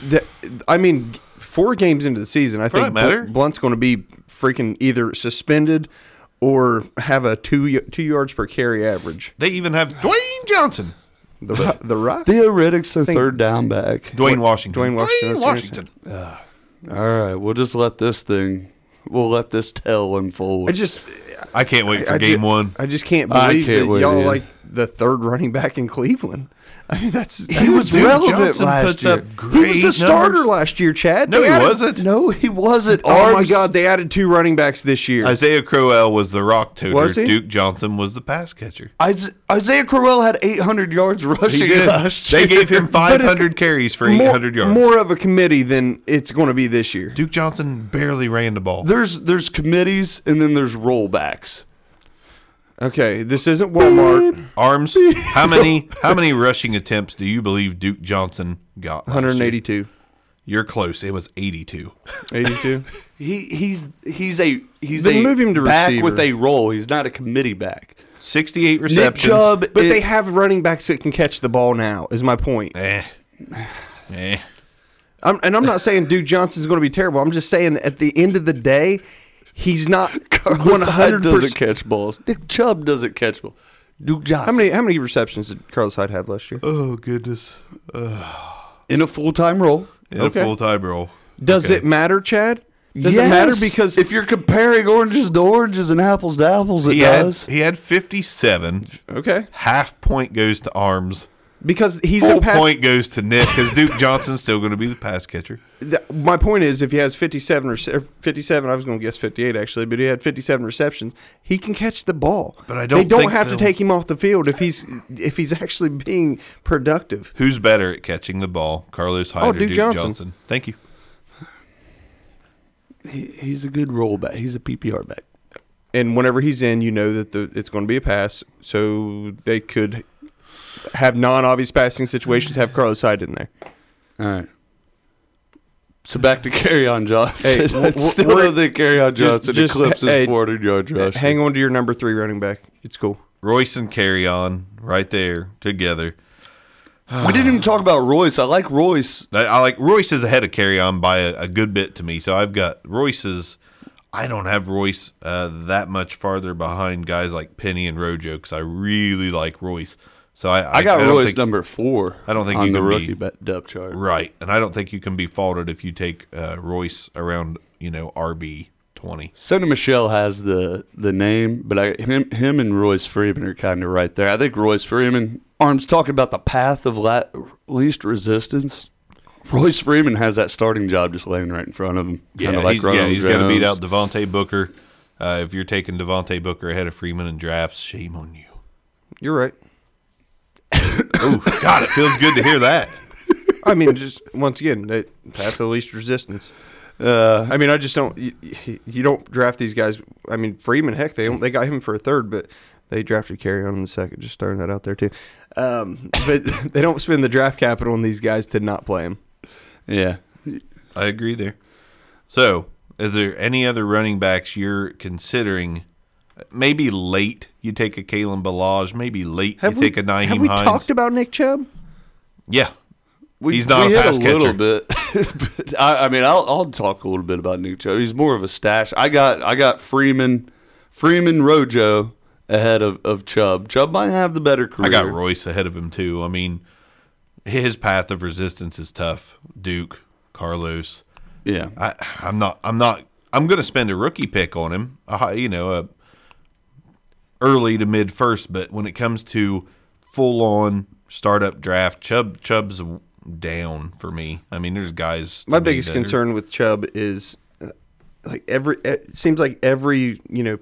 Speaker 4: That- I mean, four games into the season, I think
Speaker 2: that matter.
Speaker 4: Bl- Blunt's going to be freaking either suspended or have a two two yards per carry average.
Speaker 2: They even have Dwayne Johnson,
Speaker 4: The Ro- the Rock,
Speaker 3: theoretics are
Speaker 4: think-
Speaker 3: third down back.
Speaker 2: Dwayne Washington,
Speaker 4: Dwayne Washington, that's what I'm
Speaker 2: Washington.
Speaker 3: All right, we'll just let this thing, we'll let this tell unfold.
Speaker 4: I just
Speaker 2: I can't wait for
Speaker 4: I
Speaker 2: game
Speaker 4: ju-
Speaker 2: one.
Speaker 4: I just can't
Speaker 3: I
Speaker 4: believe
Speaker 3: can't
Speaker 4: that
Speaker 3: wait
Speaker 4: y'all
Speaker 3: either.
Speaker 4: like the third running back in Cleveland. I mean, that's, that's
Speaker 3: He was
Speaker 4: dude,
Speaker 3: relevant
Speaker 2: Johnson
Speaker 3: last
Speaker 2: puts
Speaker 3: year.
Speaker 2: up
Speaker 3: He was
Speaker 4: He
Speaker 2: great
Speaker 4: was the starter
Speaker 2: numbers.
Speaker 4: last year, Chad.
Speaker 2: No,
Speaker 4: They
Speaker 2: he
Speaker 4: added-
Speaker 2: wasn't.
Speaker 3: no, he wasn't.
Speaker 4: Oh my
Speaker 3: Arms-
Speaker 4: God, they added two running backs this year.
Speaker 2: Isaiah Crowell was the rock toter.
Speaker 4: Was he?
Speaker 2: Duke Johnson was the pass catcher.
Speaker 3: Isa- Isaiah Crowell had 800 yards
Speaker 2: He
Speaker 3: rushing
Speaker 2: did.
Speaker 3: last
Speaker 2: They
Speaker 3: year.
Speaker 2: gave him 500 carries for
Speaker 4: more,
Speaker 2: 800 yards.
Speaker 4: more of a committee than it's going to be this year.
Speaker 2: Duke Johnson barely ran the ball.
Speaker 3: There's there's committees and then there's rollbacks.
Speaker 4: Okay, this isn't Walmart.
Speaker 2: Arms. How many how many rushing attempts do you believe Duke Johnson got? last year?
Speaker 4: 182.
Speaker 2: You're close. It was 82.
Speaker 4: 82.
Speaker 3: He he's he's a he's
Speaker 4: Then
Speaker 3: a
Speaker 4: move him to
Speaker 3: back
Speaker 4: receiver.
Speaker 3: with a roll. He's not a committee back.
Speaker 2: 68
Speaker 3: Nick
Speaker 2: receptions.
Speaker 3: Chubb,
Speaker 4: but they
Speaker 3: it-
Speaker 4: have running backs that can catch the ball now, is my point.
Speaker 2: Eh. Eh.
Speaker 4: I'm, and I'm not saying Duke Johnson's going to be terrible. I'm just saying at the end of the day, he's not
Speaker 3: Carlos Hyde
Speaker 4: 100%.
Speaker 3: doesn't catch balls. Nick Chubb doesn't catch balls. Duke Johnson.
Speaker 4: How many how many receptions did Carlos Hyde have last
Speaker 3: Uh,
Speaker 4: year?
Speaker 2: Oh goodness.
Speaker 3: in a full time role?
Speaker 2: In
Speaker 4: Okay.
Speaker 2: a full time roll.
Speaker 4: Does
Speaker 2: Okay.
Speaker 4: it matter, Chad? Does it matter
Speaker 3: Yes,
Speaker 4: because
Speaker 3: if you're comparing oranges to oranges and apples to apples, it
Speaker 2: He had,
Speaker 3: does.
Speaker 2: he had 57.
Speaker 4: okay
Speaker 2: Half point goes to Arms.
Speaker 4: because he's
Speaker 2: Full
Speaker 4: a pass,
Speaker 2: point goes to Nick because Duke Johnson's still going to be the pass catcher.
Speaker 4: Th- my point is, if he has 57 or se- or 57, I was going to guess 58 actually, but he had 57 receptions. He can catch the ball.
Speaker 2: But I
Speaker 4: They
Speaker 2: don't
Speaker 4: don't
Speaker 2: think
Speaker 4: have to
Speaker 2: they'll-
Speaker 4: take him off the field if he's if he's actually being productive.
Speaker 2: Who's better at catching the ball, Carlos Hyde
Speaker 4: Oh,
Speaker 2: or
Speaker 4: Duke
Speaker 2: Duke,
Speaker 4: Johnson.
Speaker 2: Johnson. Thank you.
Speaker 3: He, he's a good roll back. He's a PPR back.
Speaker 4: And whenever he's in, you know that the, it's going to be a pass, so they could have non-obvious passing situations. Have Carlos Hyde in there.
Speaker 3: All right. So back to carry on
Speaker 4: Hey,
Speaker 3: Johnson. I
Speaker 4: w- w-
Speaker 3: still
Speaker 4: we're-
Speaker 3: don't think carry on
Speaker 4: just-
Speaker 3: Johnson
Speaker 4: just-
Speaker 3: eclipses
Speaker 4: hey,
Speaker 3: 400 yard rush.
Speaker 4: Hang on to your number three running back. It's cool.
Speaker 2: Royce and carry on right there together.
Speaker 3: we didn't even talk about Royce. I like Royce.
Speaker 2: I, I like Royce is ahead of carry on by a, a good bit to me. So I've got Royce's. I don't have Royce uh, that much farther behind guys like Penny and Rojo because I really like Royce. So I,
Speaker 3: I got
Speaker 2: I don't
Speaker 3: Royce
Speaker 2: think-
Speaker 3: number four.
Speaker 2: I don't think
Speaker 3: on
Speaker 2: you
Speaker 3: the
Speaker 2: can
Speaker 3: rookie
Speaker 2: be-
Speaker 3: bet depth chart.
Speaker 2: right, and I don't think you can be faulted if you take uh, Royce around you know RB twenty.
Speaker 3: Sonny Michelle has the the name, but I him him and Royce Freeman are kind of right there. I think Royce Freeman. Arms talking about the path of la- least resistance. Royce Freeman has that starting job just laying right in front of him.
Speaker 2: Yeah,
Speaker 3: Kinda like
Speaker 2: he's, yeah,
Speaker 3: Ronald
Speaker 2: he's going to beat out
Speaker 3: Jones.
Speaker 2: Devontae Booker. Uh, if you're taking Devontae Booker ahead of Freeman in drafts, shame on you.
Speaker 4: You're right.
Speaker 2: Oh God, it feels good to hear that.
Speaker 4: I mean, just once again, they path the least resistance.
Speaker 3: Uh,
Speaker 4: I mean, I just don't. You, you don't draft these guys. I mean, Freeman, heck, they they got him for a third, but they drafted carry on in the second. Just throwing that out there too. Um, but they don't spend the draft capital on these guys to not play him.
Speaker 3: yeah.
Speaker 2: I agree there. So, is there any other running backs you're considering? Maybe late you take a Kalen Balaj. Maybe late you take a Naheem
Speaker 4: have we
Speaker 2: Hines.
Speaker 4: talked about Nick Chubb?
Speaker 2: yeah,
Speaker 3: We,
Speaker 2: He's not
Speaker 3: we
Speaker 2: a
Speaker 3: hit
Speaker 2: pass
Speaker 3: a little
Speaker 2: catcher.
Speaker 3: bit. but I, I mean, I'll, I'll talk a little bit about Nick Chubb. He's more of a stash. I got I got Freeman, Freeman Rojo ahead of, of Chubb. Chubb might have the better career.
Speaker 2: I got Royce ahead of him too. I mean, his path of resistance is tough. Duke, Carlos.
Speaker 3: Yeah,
Speaker 2: I, I'm not. I'm not. I'm going to spend a rookie pick on him. A, hi- you know, a early to mid first. But when it comes to full on startup draft. Chubb Chubb's down for me. I mean, there's guys. to
Speaker 4: My
Speaker 2: me
Speaker 4: biggest
Speaker 2: that are-
Speaker 4: concern with Chubb is uh, like every it seems like every you know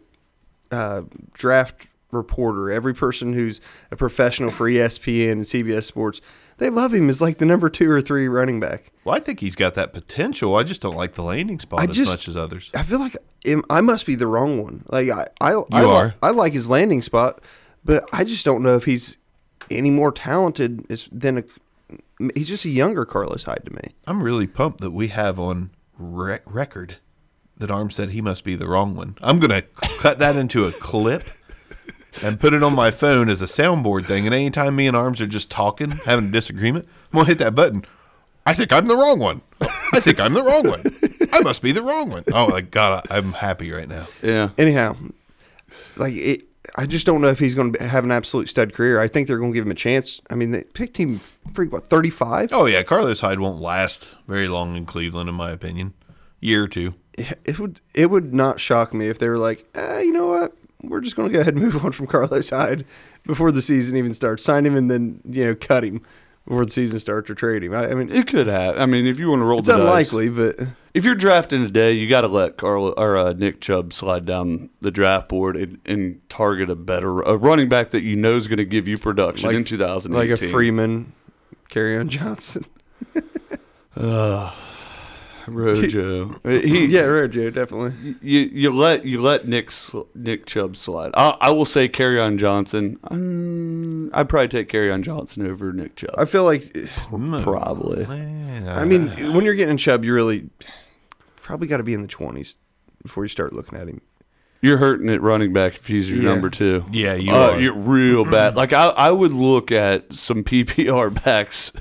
Speaker 4: uh, draft reporter, every person who's a professional for E ESPN and CBS Sports, they love him as like the number two or three running back.
Speaker 2: Well, I think he's got that potential. I just don't like the landing spot
Speaker 4: I
Speaker 2: as
Speaker 4: just-
Speaker 2: much as others.
Speaker 4: I feel like am- I must be the wrong one. Like I, I, I,
Speaker 2: You
Speaker 4: li-
Speaker 2: are.
Speaker 4: I like his landing spot, but I just don't know if he's any more talented as, than a. He's just a younger Carlos Hyde to me.
Speaker 2: I'm really pumped that we have on rec- record that Arm said he must be the wrong one. I'm gonna cut that into a clip and put it on my phone as a soundboard thing. And anytime me and Arms are just talking, having a disagreement, I'm gonna hit that button. I think I'm the wrong one. I think I'm the wrong one. I must be the wrong one. Oh my god, I, I'm happy right now.
Speaker 3: Yeah.
Speaker 4: anyhow, like it, I just don't know if he's going to have an absolute stud career. I think they're going to give him a chance. I mean, they picked him freak what thirty five.
Speaker 2: Oh yeah, Carlos Hyde won't last very long in Cleveland, in my opinion. Year or two.
Speaker 4: It would it would not shock me if they were like, eh, you know what, we're just going to go ahead and move on from Carlos Hyde before the season even starts. Sign him and then you know cut him before the season starts or trade him. I, I mean,
Speaker 3: It could happen. I mean, if you want to roll
Speaker 4: it's
Speaker 3: the dice-
Speaker 4: unlikely, but
Speaker 3: If you're drafting today, you got to let Carl or uh, Nick Chubb slide down the draft board and, and target a better a running back that you know is going to give you production
Speaker 4: Like-
Speaker 3: in 2018.
Speaker 4: like a Freeman, carry on Johnson.
Speaker 3: Rojo. he,
Speaker 4: yeah, right, Joe, definitely.
Speaker 3: you you let you let Nick sl- Nick Chubb slide. I, I will say carry on Johnson. Um, I'd probably take carry on Johnson over Nick Chubb.
Speaker 4: I feel like
Speaker 3: probably.
Speaker 2: Man,
Speaker 4: I mean, when you're getting Chubb, you really probably got to be in the 20s before you start looking at him.
Speaker 3: You're hurting at running back if he's your
Speaker 4: Yeah.
Speaker 3: number two.
Speaker 2: Yeah, you
Speaker 3: Uh,
Speaker 2: are.
Speaker 3: You're real bad. Like I, I would look at some PPR backs,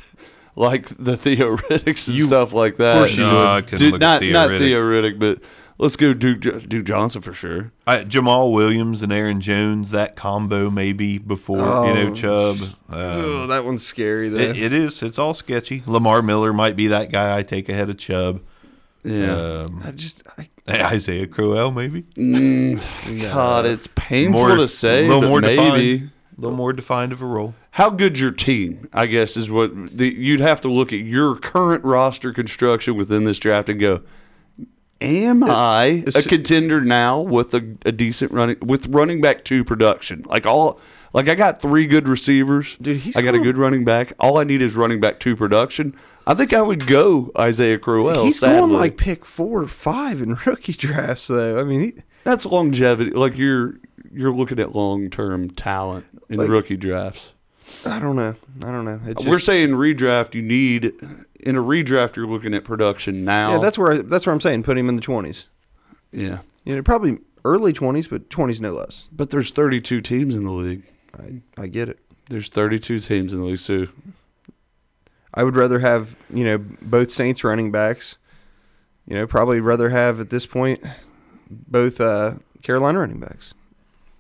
Speaker 3: like the theoretics and stuff like that.
Speaker 2: course you No, would. I couldn't
Speaker 3: Dude,
Speaker 2: look at
Speaker 3: not not
Speaker 2: Theoretic.
Speaker 3: theoretic, but let's go Duke Jo- Duke Johnson for sure.
Speaker 2: I, Jamal Williams and Aaron Jones, that combo maybe before you know Chubb. Um,
Speaker 4: Oh, that one's scary, though.
Speaker 2: Oh, it, it is. It's all sketchy. Lamar Miller might be that guy I take ahead of Chubb.
Speaker 3: Yeah.
Speaker 2: Um,
Speaker 4: I just, I,
Speaker 2: Isaiah Crowell maybe.
Speaker 3: God, it's painful to say, but maybe.
Speaker 2: defined. A little more defined of a role.
Speaker 3: how good's your team? I guess is what the, you'd have to look at your current roster construction within this draft and go. Am I a
Speaker 4: Uh, it's-
Speaker 3: contender now with a, a decent running with running back two production? Like all, like I got three good receivers.
Speaker 4: Dude, he's
Speaker 3: I got a
Speaker 4: gonna-
Speaker 3: good running back. All I need is running back two production. I think I would go Isaiah Crowell.
Speaker 4: he's going
Speaker 3: Oh, sadly.
Speaker 4: like pick four or five in rookie drafts, though. I mean, he,
Speaker 3: that's longevity. Like you're you're looking at long term talent in
Speaker 4: Like-
Speaker 3: rookie drafts.
Speaker 4: I don't know. I don't know. It's
Speaker 3: We're
Speaker 4: just,
Speaker 3: saying redraft. You need in a redraft. You're looking at production now.
Speaker 4: yeah, that's where I, that's where I'm saying put him in the 20s.
Speaker 3: yeah.
Speaker 4: You know, probably early 20s, but 20s no less.
Speaker 3: But there's 32 teams in the league.
Speaker 4: I, I get it.
Speaker 3: There's 32 teams in the league. So
Speaker 4: I would rather have, you know, both Saints running backs. You know, probably rather have at this point both uh, Carolina running backs.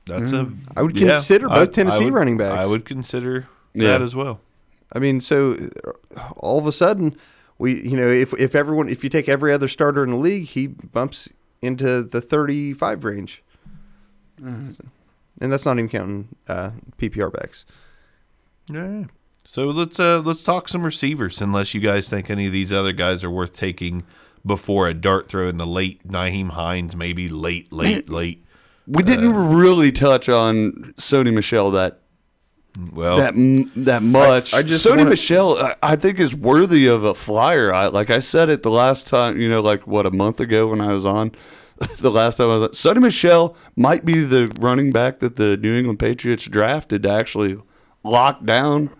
Speaker 2: That's a.
Speaker 4: Mm. I would
Speaker 2: yeah,
Speaker 4: consider
Speaker 2: I-
Speaker 4: both Tennessee
Speaker 2: I would-
Speaker 4: running backs.
Speaker 2: I would consider
Speaker 3: Yeah.
Speaker 2: that as well.
Speaker 4: I mean, so uh, all of a sudden, we you know if if everyone if you take every other starter in the league, he bumps into the thirty five range,
Speaker 2: Mm-hmm.
Speaker 4: So- and that's not even counting uh, PPR backs.
Speaker 2: Yeah. So let's uh let's talk some receivers. Unless you guys think any of these other guys are worth taking before a dart throw in the late Naheem Hines, maybe late, late, late.
Speaker 3: we
Speaker 4: Uh,
Speaker 3: didn't really touch on Sony Michelle that
Speaker 2: Well,
Speaker 3: that m- that much.
Speaker 4: Oh. I just
Speaker 3: Sony
Speaker 4: wanna-
Speaker 3: Michelle, I, I think, is worthy of a flyer. I, like I said it the last time. You know, like what a month ago when I was on. The last time I was on, Sonny Michelle might be the running back that the New England Patriots drafted to actually lock down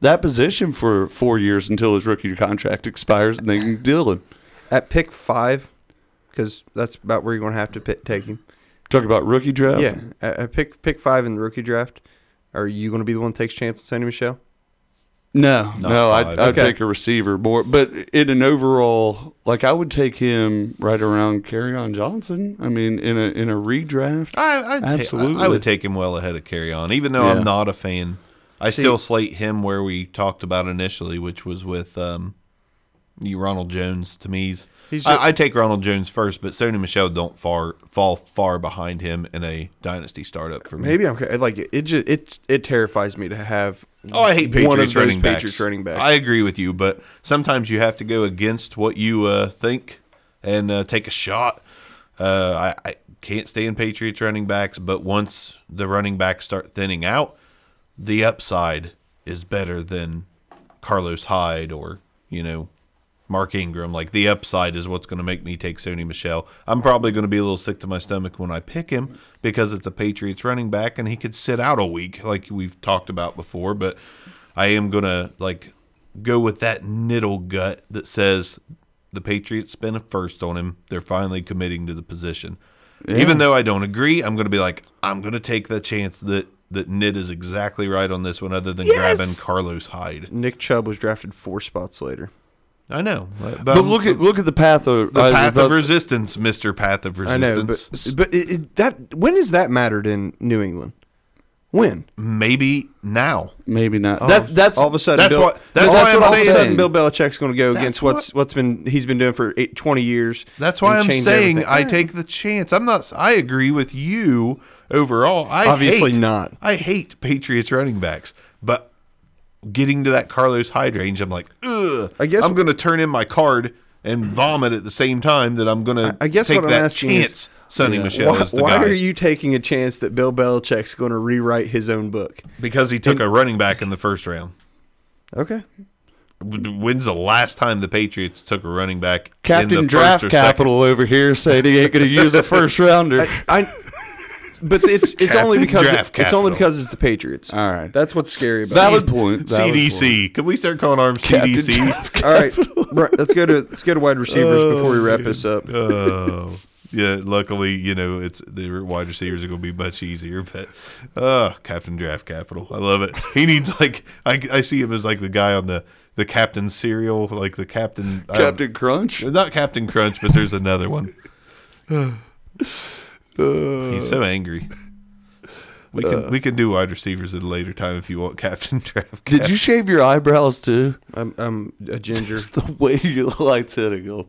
Speaker 3: that position for four years until his rookie contract expires and they can deal him.
Speaker 4: At pick five, because that's about where you're going to have to pick, take him.
Speaker 3: Talk about rookie draft.
Speaker 4: Yeah, at, at pick pick five in the rookie draft, are you going to be the one that takes chance on Sony Michelle?
Speaker 3: No,
Speaker 2: Not
Speaker 3: no, I'd,
Speaker 2: five.
Speaker 3: I'd
Speaker 4: Okay.
Speaker 3: take a receiver more, but in an overall, like I would take him right around on Johnson. I mean, in a in a redraft,
Speaker 2: I, I'd absolutely. I
Speaker 3: Absolutely.
Speaker 2: would take him well ahead of carry on, even though
Speaker 3: Yeah.
Speaker 2: I'm not a fan. I still slate him where we talked about initially, which was with um, you, Ronald Jones. To me, he's,
Speaker 4: He's
Speaker 2: I,
Speaker 4: just-
Speaker 2: I take Ronald Jones first, but Sony Michelle don't far fall far behind him in a dynasty startup for me.
Speaker 4: Maybe I'm ca- like it. Just, it's it terrifies me to have
Speaker 2: Oh, I hate Patriots
Speaker 4: one of those
Speaker 2: running backs.
Speaker 4: Patriots running backs.
Speaker 2: I agree with you, but sometimes you have to go against what you uh, think and uh, take a shot. Uh, I, I can't stand Patriots running backs, but once the running backs start thinning out, the upside is better than Carlos Hyde or you know Mark Ingram. Like the upside is what's going to make me take Sony Michelle. I'm probably going to be a little sick to my stomach when I pick him because it's a Patriots running back and he could sit out a week, like we've talked about before. But I am going to like go with that niddle gut that says the Patriots spent a first on him. They're finally committing to the position. Even though I don't agree, I'm going to be like, I'm going to take the chance that that Nid is exactly right on this one, other than grabbing Carlos Hyde.
Speaker 4: Nick Chubb was drafted four spots later.
Speaker 2: I know, but,
Speaker 3: But
Speaker 2: I'm-
Speaker 3: look at look at um, the path of
Speaker 2: the
Speaker 3: I-
Speaker 2: path
Speaker 3: the-
Speaker 2: of resistance, Mister Path of
Speaker 4: I
Speaker 2: Resistance.
Speaker 4: know, but but it, it, that when has that mattered in New England? When?
Speaker 2: maybe now.
Speaker 3: Maybe not.
Speaker 4: Oh,
Speaker 3: that that's
Speaker 4: all of a sudden.
Speaker 2: that's
Speaker 4: Bill,
Speaker 2: why- that's
Speaker 4: all
Speaker 2: why
Speaker 4: of
Speaker 2: I'm
Speaker 4: a sudden
Speaker 2: saying-
Speaker 4: Bill Belichick's going to go
Speaker 2: That's
Speaker 4: against what's what's been he's been doing for eight, 20 years.
Speaker 2: That's why
Speaker 4: and
Speaker 2: I'm
Speaker 4: change
Speaker 2: saying
Speaker 4: everything.
Speaker 2: I take the chance. I'm not. I agree with you overall. I
Speaker 4: Obviously
Speaker 2: hate-
Speaker 4: not.
Speaker 2: I hate Patriots running backs, but getting to that Carlos Hyde range, I'm like, ugh.
Speaker 4: I guess-
Speaker 2: I'm going to turn in my card and vomit at the same time that I'm going to.
Speaker 4: I guess
Speaker 2: take
Speaker 4: what I'm
Speaker 2: that
Speaker 4: asking is-
Speaker 2: chance. Sonny
Speaker 4: Yeah.
Speaker 2: Michelle
Speaker 4: why,
Speaker 2: is the
Speaker 4: why
Speaker 2: guy
Speaker 4: are you taking a chance that Bill Belichick's going to rewrite his own book?
Speaker 2: because he took a running back in the first round.
Speaker 4: Okay,
Speaker 2: W- When's the last time the Patriots took a running back? in
Speaker 3: Captain
Speaker 2: the
Speaker 3: Draft
Speaker 2: first or second
Speaker 3: Capital over here saying he ain't going to use a first rounder.
Speaker 4: I. But it's it's only
Speaker 2: Captain
Speaker 4: because it-
Speaker 2: Draft
Speaker 4: it's only
Speaker 2: Capital.
Speaker 4: because it's the Patriots.
Speaker 3: All right.
Speaker 4: that's what's scary about it.
Speaker 3: Valid point. valid point.
Speaker 2: CDC. Can we start calling arms
Speaker 3: Captain
Speaker 2: CDC?
Speaker 4: All right, right, let's go to let's go to wide receivers before we wrap this up.
Speaker 2: Oh, yeah. Luckily, you know, it's the wide receivers are going to be much easier. But uh, Captain Draft Capital, I love it. He needs like I, I see him as like the guy on the the Captain cereal, like the Captain I don't-
Speaker 3: Captain Crunch.
Speaker 2: not Captain Crunch, but there's another one. He's so angry. We can we can do wide receivers at a later time if you want Captain Draft.
Speaker 3: Did you shave your eyebrows too?
Speaker 4: I'm I'm a ginger.
Speaker 3: Just the way your light's hitting them.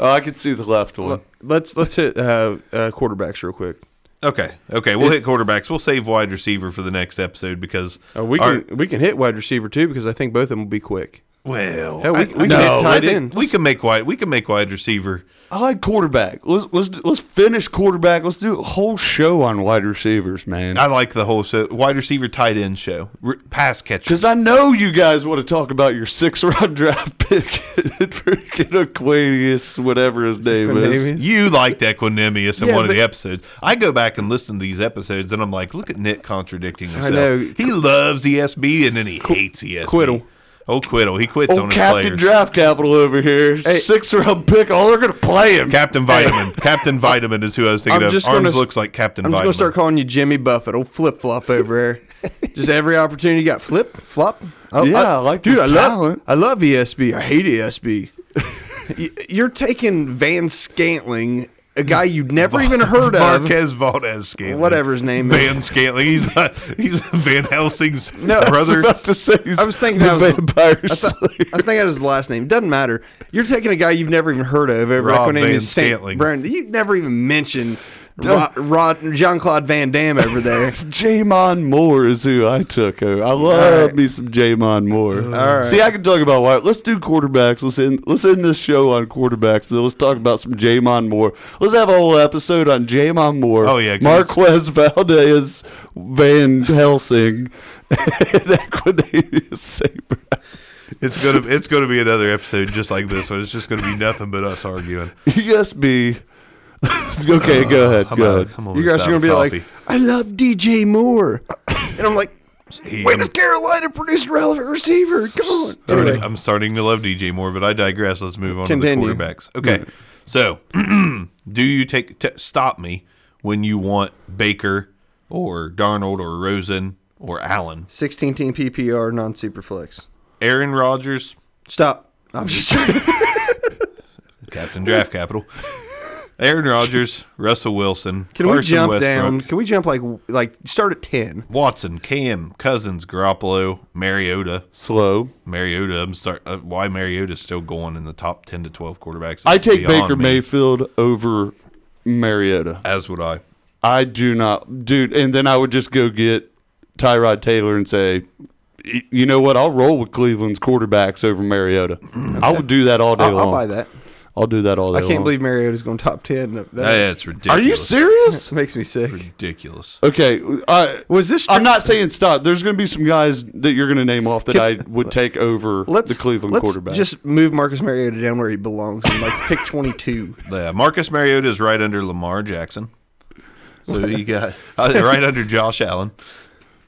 Speaker 3: Oh, I can see the left one.
Speaker 4: Let's let's hit uh, uh, quarterbacks real quick.
Speaker 2: Okay. Okay. We'll hit quarterbacks. We'll save wide receiver for the next episode because
Speaker 4: Uh, we
Speaker 2: our-
Speaker 4: can we can hit wide receiver too because I think both of them will be quick.
Speaker 2: well
Speaker 4: Hell, we-
Speaker 2: I-
Speaker 4: we can
Speaker 2: I-
Speaker 4: hit tight
Speaker 2: I think
Speaker 4: end.
Speaker 2: We can make wide. We can make wide receiver.
Speaker 3: I like quarterback. Let's let's do- let's finish quarterback. Let's do a whole show on wide receivers, man.
Speaker 2: I like the whole show, wide receiver tight end show Re- pass catcher.
Speaker 3: Because I know you guys want to talk about your six round draft pick, freaking Aquarius, whatever his name is.
Speaker 4: Aquanius.
Speaker 2: You liked Equinemius in
Speaker 4: Yeah,
Speaker 2: one of
Speaker 4: but-
Speaker 2: the episodes. I go back and listen to these episodes, and I'm like, look at Nick contradicting himself.
Speaker 4: know.
Speaker 2: He loves ESB, and then he hates E ESB.
Speaker 4: Quiddle.
Speaker 2: Oh, Quiddle. He quits on
Speaker 3: Old
Speaker 2: his
Speaker 3: Captain
Speaker 2: players.
Speaker 3: Draft Capital over here, six round pick. Oh, they're gonna play him.
Speaker 2: Captain Vitamin. Captain Vitamin is who I was thinking
Speaker 4: I'm
Speaker 2: of.
Speaker 4: just
Speaker 2: Arms
Speaker 4: gonna s-
Speaker 2: looks like Captain
Speaker 4: I'm just
Speaker 2: Vitamin.
Speaker 4: gonna start calling you Jimmy Buffett. Old flip flop over there. just every opportunity you got flip flop. Oh,
Speaker 3: Yeah, I like
Speaker 4: dude.
Speaker 3: this
Speaker 4: I love
Speaker 3: talent.
Speaker 4: I love ESB. I hate ESB. Y- You're taking Van Scantling, a guy you never even heard of.
Speaker 2: Marquez Valdez Scantling.
Speaker 4: Whatever his name is.
Speaker 2: Van Scantling. He's not, he's Van Helsing's
Speaker 4: No, I was
Speaker 2: brother.
Speaker 3: about to say he's
Speaker 4: I was thinking
Speaker 3: the
Speaker 4: that was-
Speaker 3: vampire
Speaker 4: I, thought,
Speaker 3: slayer.
Speaker 4: I was thinking of his last name. Doesn't matter. You're taking a guy you've never even heard of. Over
Speaker 2: Rob
Speaker 4: Equinemius
Speaker 2: Van
Speaker 4: St.
Speaker 2: Scantling.
Speaker 4: Brown. You've never even mentioned Rod, Rod John Claude Van Damme over there.
Speaker 3: Jamon Moore is who I took. over. I love
Speaker 4: right.
Speaker 3: me some Jamon Moore. All right. See, I can talk about why. Let's do quarterbacks. Let's end. Let's end this show on quarterbacks. Then let's talk about some Jamon Moore. Let's have a whole episode on Jamon Moore.
Speaker 2: Oh, yeah, 'cause-
Speaker 3: Marquez Valdez, Van Helsing, and Equinemius St. Brown.
Speaker 2: It's gonna it's gonna be another episode just like this one. It's just gonna be nothing but us arguing.
Speaker 3: ESB. okay, go ahead.
Speaker 2: Uh, How
Speaker 3: Go
Speaker 2: about-
Speaker 3: ahead.
Speaker 2: come on,
Speaker 4: You guys
Speaker 2: without
Speaker 4: are gonna be like,
Speaker 2: coffee.
Speaker 4: I love DJ Moore, and I'm like,
Speaker 2: Hey,
Speaker 4: when
Speaker 2: I'm-
Speaker 4: does Carolina produce relevant receiver? Come on.
Speaker 2: Sorry,
Speaker 4: Anyway,
Speaker 2: I'm starting to love DJ more, but I digress. Let's move on
Speaker 4: Continue.
Speaker 2: to the quarterbacks. Okay, so do you take t- stop me when you want Baker or Darnold or Rosen or Allen?
Speaker 4: 16 team PPR non superflex.
Speaker 2: Aaron Rodgers,
Speaker 4: Stop. I'm just trying.
Speaker 2: Captain Draft Capital. Aaron Rodgers, Russell Wilson,
Speaker 4: Can we
Speaker 2: Carson
Speaker 4: jump
Speaker 2: Westbrook,
Speaker 4: down? Can we jump like like start at 10?
Speaker 2: Watson, Cam, Cousins, Garoppolo, Mariota.
Speaker 3: Slow.
Speaker 2: Mariota, I'm start. Uh, why Mariota's still going in the top ten to twelve quarterbacks? is
Speaker 3: I take
Speaker 2: beyond
Speaker 3: Baker
Speaker 2: me.
Speaker 3: Mayfield over Mariota.
Speaker 2: As would I.
Speaker 3: I do not, dude. And then I would just go get Tyrod Taylor and say, y- you know what? I'll roll with Cleveland's quarterbacks over Mariota. I would do that all day
Speaker 4: I'll,
Speaker 3: long.
Speaker 4: I'll buy that.
Speaker 3: I'll do that all day
Speaker 4: I can't
Speaker 3: long.
Speaker 4: believe Mariota's going top ten. That, that
Speaker 2: That's ridiculous.
Speaker 3: Are you serious?
Speaker 4: makes me sick.
Speaker 2: Ridiculous.
Speaker 3: Okay. I,
Speaker 4: Was this?
Speaker 3: I'm not saying stop. There's going to be some guys that you're going to name off that I would take over
Speaker 4: Let's
Speaker 3: the Cleveland
Speaker 4: let's
Speaker 3: quarterback.
Speaker 4: Just move Marcus Mariota down where he belongs, and like pick twenty two.
Speaker 2: Yeah, Marcus Mariota is right under Lamar Jackson. So you got uh, right under Josh Allen.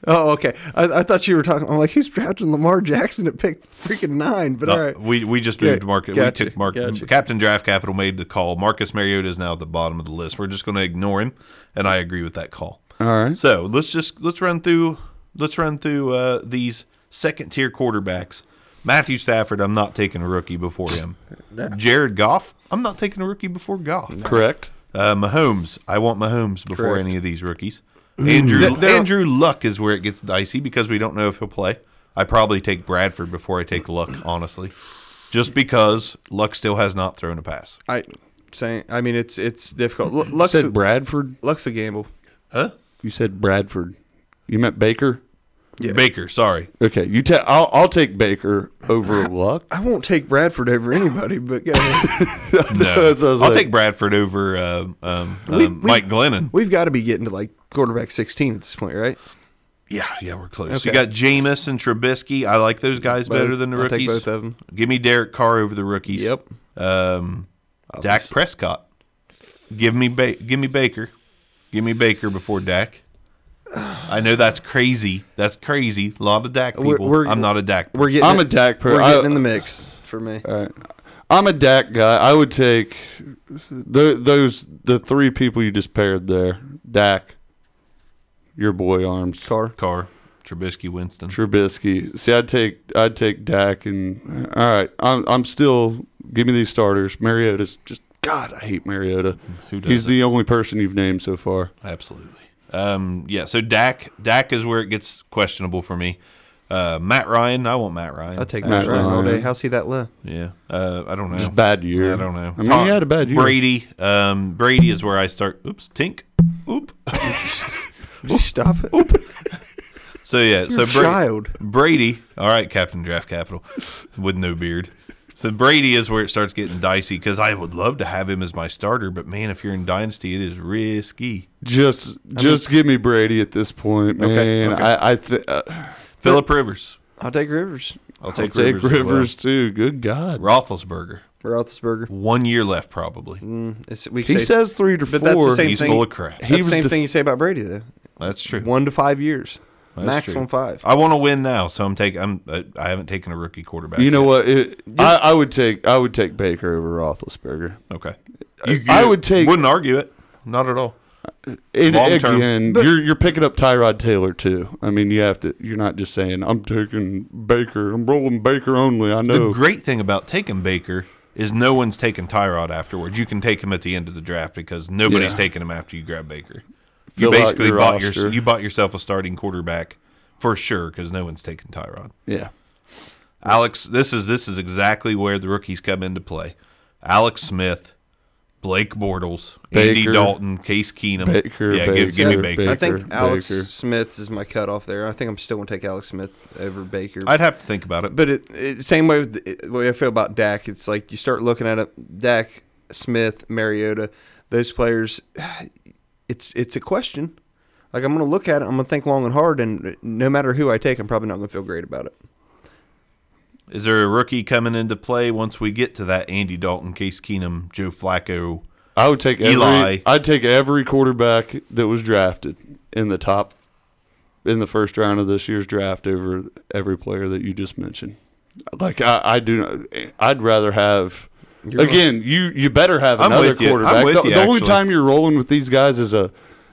Speaker 4: Oh, okay. I, I thought you were talking. I'm like, who's drafting Lamar Jackson at pick freaking nine? But
Speaker 2: No,
Speaker 4: all right,
Speaker 2: Uh, We we just
Speaker 4: Yeah,
Speaker 2: moved Marcus.
Speaker 4: gotcha,
Speaker 2: we took Mark.
Speaker 4: gotcha.
Speaker 2: Captain Draft Capital made the call. Marcus Mariota is now at the bottom of the list. We're just going to ignore him, and I agree with that call.
Speaker 3: all right.
Speaker 2: So let's just let's run through let's run through uh, these second tier quarterbacks. Matthew Stafford, I'm not taking a rookie before him. Jared Goff, I'm not taking a rookie before Goff.
Speaker 3: Correct.
Speaker 2: Uh, Mahomes, I want Mahomes before
Speaker 4: Correct.
Speaker 2: any of these rookies. Andrew
Speaker 4: Th- there-
Speaker 2: Andrew Luck is where it gets dicey because we don't know if he'll play. I probably take Bradford before I take Luck, honestly, just because Luck still has not thrown a pass.
Speaker 4: I saying. I mean, it's it's difficult. Lu- Luck's
Speaker 3: said
Speaker 4: a,
Speaker 3: Bradford.
Speaker 4: Luck's a gamble.
Speaker 2: Huh?
Speaker 3: You said Bradford. You meant Baker.
Speaker 4: Yeah.
Speaker 2: Baker, sorry.
Speaker 3: Okay. You ta- I'll, I'll take Baker over Luck.
Speaker 4: I won't take Bradford over anybody, but go ahead.
Speaker 2: No,
Speaker 3: what I was
Speaker 2: I'll
Speaker 3: like.
Speaker 2: take Bradford over um, um,
Speaker 4: We-
Speaker 2: um,
Speaker 4: we-
Speaker 2: Mike Glennon.
Speaker 4: we've got to be getting to like quarterback sixteen at this point, right?
Speaker 2: Yeah, yeah, we're close.
Speaker 4: Okay.
Speaker 2: You got Jameis and Trubisky. I like those guys
Speaker 4: Both.
Speaker 2: better than the
Speaker 4: I'll
Speaker 2: rookies.
Speaker 4: take both of 'em.
Speaker 2: Give me Derek Carr over the rookies.
Speaker 4: Yep.
Speaker 2: Um, Dak Prescott. Give me ba- give me Baker. Give me Baker before Dak. I know that's crazy. That's crazy. A lot of Dak people.
Speaker 4: We're- we're-
Speaker 2: I'm not a Dak.
Speaker 4: We're getting.
Speaker 3: I'm
Speaker 4: it-
Speaker 3: a Dak per-
Speaker 4: We're
Speaker 3: I-
Speaker 4: getting in the mix for me.
Speaker 3: All right. I'm a Dak guy. I would take th those the three people you just paired there. Dak, your boy Arms,
Speaker 4: Car.
Speaker 2: Carr, Trubisky, Winston.
Speaker 3: Trubisky. See, I'd take I'd take Dak and uh, all right. I'm I'm still give me these starters. Mariota's just God. I hate Mariota.
Speaker 2: Who
Speaker 3: He's
Speaker 2: doesn't?
Speaker 3: the only person you've named so far.
Speaker 2: Absolutely. Um, yeah. So Dak Dak is where it gets questionable for me. Uh, Matt Ryan. I want Matt Ryan.
Speaker 4: I'll take
Speaker 3: Matt
Speaker 4: Matt Ryan all
Speaker 3: Ryan.
Speaker 4: day. How's he that low?
Speaker 2: Yeah. Uh, I don't know.
Speaker 3: Just bad year.
Speaker 2: I don't know.
Speaker 3: I mean,
Speaker 2: Tom-
Speaker 3: he had a bad year.
Speaker 2: Brady. Um, Brady is where I start. Oops, tink. Oop.
Speaker 4: Would you stop it?
Speaker 2: So yeah. so
Speaker 4: You're a
Speaker 2: Bra-
Speaker 4: child.
Speaker 2: Brady. All right, Captain Draft Capital, with no beard. So Brady is where it starts getting dicey because I would love to have him as my starter, but man, if you're in Dynasty, it is risky.
Speaker 3: Just just give me Brady at this point, man.
Speaker 2: Okay, okay.
Speaker 3: I I th- uh,
Speaker 2: Philip Rivers.
Speaker 4: I'll take Rivers.
Speaker 2: I'll
Speaker 3: I'll
Speaker 2: take
Speaker 3: take
Speaker 2: Rivers. as well.
Speaker 3: Rivers too. Good God.
Speaker 2: Roethlisberger.
Speaker 4: Roethlisberger.
Speaker 2: One year left, probably.
Speaker 3: Mm,
Speaker 4: It's, we
Speaker 3: He
Speaker 4: say-
Speaker 3: says three to four.
Speaker 4: But that's the same
Speaker 2: He's
Speaker 4: thing-
Speaker 2: full of crap.
Speaker 4: that's the
Speaker 3: was
Speaker 4: same
Speaker 3: def-
Speaker 4: thing you say about Brady though.
Speaker 2: That's true.
Speaker 4: One to five years,
Speaker 2: That's
Speaker 4: max
Speaker 2: true.
Speaker 4: on five.
Speaker 2: I want to win now, so I'm taking. I'm. I, I haven't taken a rookie quarterback.
Speaker 3: You know
Speaker 2: yet.
Speaker 3: what? It, I, I would take I would take Baker over Roethlisberger.
Speaker 2: Okay.
Speaker 3: I would take-
Speaker 2: Wouldn't argue it. Not at all.
Speaker 3: And
Speaker 2: Long term.
Speaker 3: again, you're you're picking up Tyrod Taylor too. I mean, you have to. You're not just saying I'm taking Baker. I'm rolling Baker only. I
Speaker 2: The
Speaker 3: know.
Speaker 2: great thing about taking Baker is no one's taking Tyrod afterwards. You can take him at the end of the draft because nobody's
Speaker 3: Yeah.
Speaker 2: taking him after you grab Baker.
Speaker 3: Fill
Speaker 2: You
Speaker 3: out
Speaker 2: basically
Speaker 3: your
Speaker 2: bought
Speaker 3: roster.
Speaker 2: your you bought yourself a starting quarterback for sure because no one's taking Tyrod.
Speaker 3: yeah.
Speaker 2: Alex, this is this is exactly where the rookies come into play. Alex Smith, Blake Bortles, Andy
Speaker 3: Baker.
Speaker 2: Dalton, Case Keenum.
Speaker 3: Baker,
Speaker 2: yeah, give, give me
Speaker 3: Baker,
Speaker 2: Baker.
Speaker 3: Baker.
Speaker 4: I think Alex
Speaker 3: Baker.
Speaker 4: Smith is my cutoff there. I think I'm still gonna take Alex Smith over Baker.
Speaker 2: I'd have to think about it.
Speaker 4: but it, it same way with the way I feel about Dak. It's like you start looking at it, Dak, Smith, Mariota, those players. It's it's a question. Like I'm gonna look at it. I'm gonna think long and hard, and no matter who I take, I'm probably not gonna feel great about it.
Speaker 2: Is there a rookie coming into play once we get to that Andy Dalton, Case Keenum, Joe Flacco?
Speaker 3: I would take
Speaker 2: Eli.
Speaker 3: Every, I'd take every quarterback that was drafted in the top in the first round of this year's draft over every player that you just mentioned. Like I, I do, not, I'd rather have.
Speaker 4: You're
Speaker 3: again, you you better have
Speaker 2: I'm
Speaker 3: another
Speaker 2: with you. I'm
Speaker 3: quarterback.
Speaker 2: with
Speaker 3: the
Speaker 2: you,
Speaker 3: the only
Speaker 2: actually.
Speaker 3: time you're rolling with these guys as a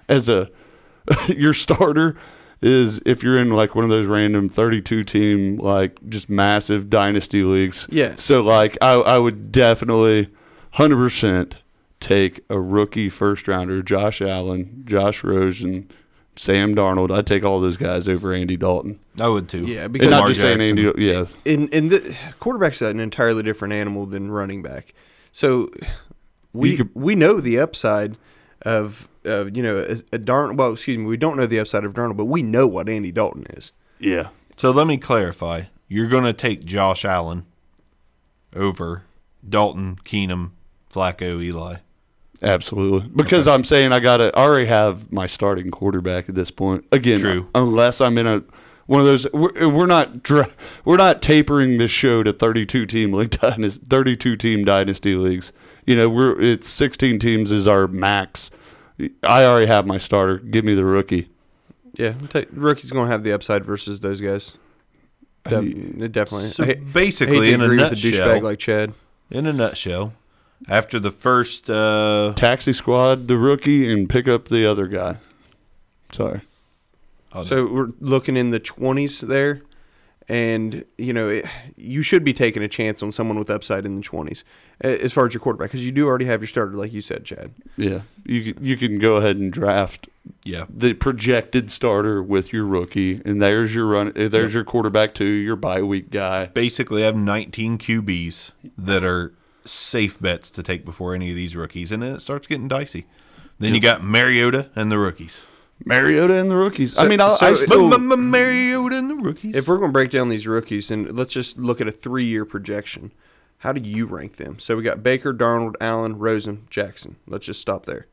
Speaker 3: as a your starter is if you're in like one of those random 32 team like just massive dynasty leagues.
Speaker 4: Yeah.
Speaker 3: So like I I would definitely 100% take a rookie first rounder, Josh Allen, Josh Rosen, Sam Darnold. I'd take all those guys over Andy Dalton.
Speaker 2: I would too.
Speaker 4: Yeah,
Speaker 3: And
Speaker 4: because
Speaker 3: not
Speaker 2: Lamar
Speaker 3: just saying
Speaker 2: Jackson.
Speaker 3: Andy, yeah.
Speaker 4: in in the quarterback's an entirely different animal than running back. So we
Speaker 3: You could-
Speaker 4: we know the upside of of you know a, a darn well excuse me we don't know the upside of Darnold, but we know what Andy Dalton is.
Speaker 3: Yeah.
Speaker 2: So let me clarify. You're going to take Josh Allen over Dalton, Keenum, Flacco, Eli.
Speaker 3: Absolutely. Because I'm saying I gotta I already have my starting quarterback at this point. Again,
Speaker 2: True.
Speaker 3: unless I'm in a one of those we're, we're not dra- we're not tapering this show to 32 team league dynasty 32 team dynasty leagues. You know, we're it's 16 teams is our max. I already have my starter. Give me the rookie.
Speaker 4: Yeah, take, rookie's going to have the upside versus those guys. Def- definitely.
Speaker 2: So
Speaker 4: I hate- I hate
Speaker 2: basically,
Speaker 4: to
Speaker 2: in a
Speaker 4: agree with a douchebag
Speaker 2: nutshell,
Speaker 4: like Chad.
Speaker 2: in a nutshell, after the first, uh,
Speaker 3: Taxi squad the rookie and pick up the other guy. Sorry.
Speaker 2: oh,
Speaker 4: So we're looking in the twenties there, and you know it, you should be taking a chance on someone with upside in the twenties as far as your quarterback because you do already have your starter, like you said, Chad.
Speaker 3: Yeah. You c- you can go ahead and draft
Speaker 2: yeah,
Speaker 3: the projected starter with your rookie, and there's your run. uh, There's your quarterback too, your bye week guy.
Speaker 2: basically I have 19 QBs that are safe bets to take before any of these rookies, and then it starts getting dicey. Then you got Mariota and the rookies.
Speaker 3: Mariota and the rookies. I
Speaker 4: So-
Speaker 3: mean, I,
Speaker 4: so
Speaker 3: I
Speaker 4: it-
Speaker 3: still
Speaker 2: Mariota and the rookies.
Speaker 4: If we're going to break down these rookies, and let's just look at a three-year projection, how do you rank them? So we got Baker, Darnold, Allen, Rosen, Jackson. Let's just stop there.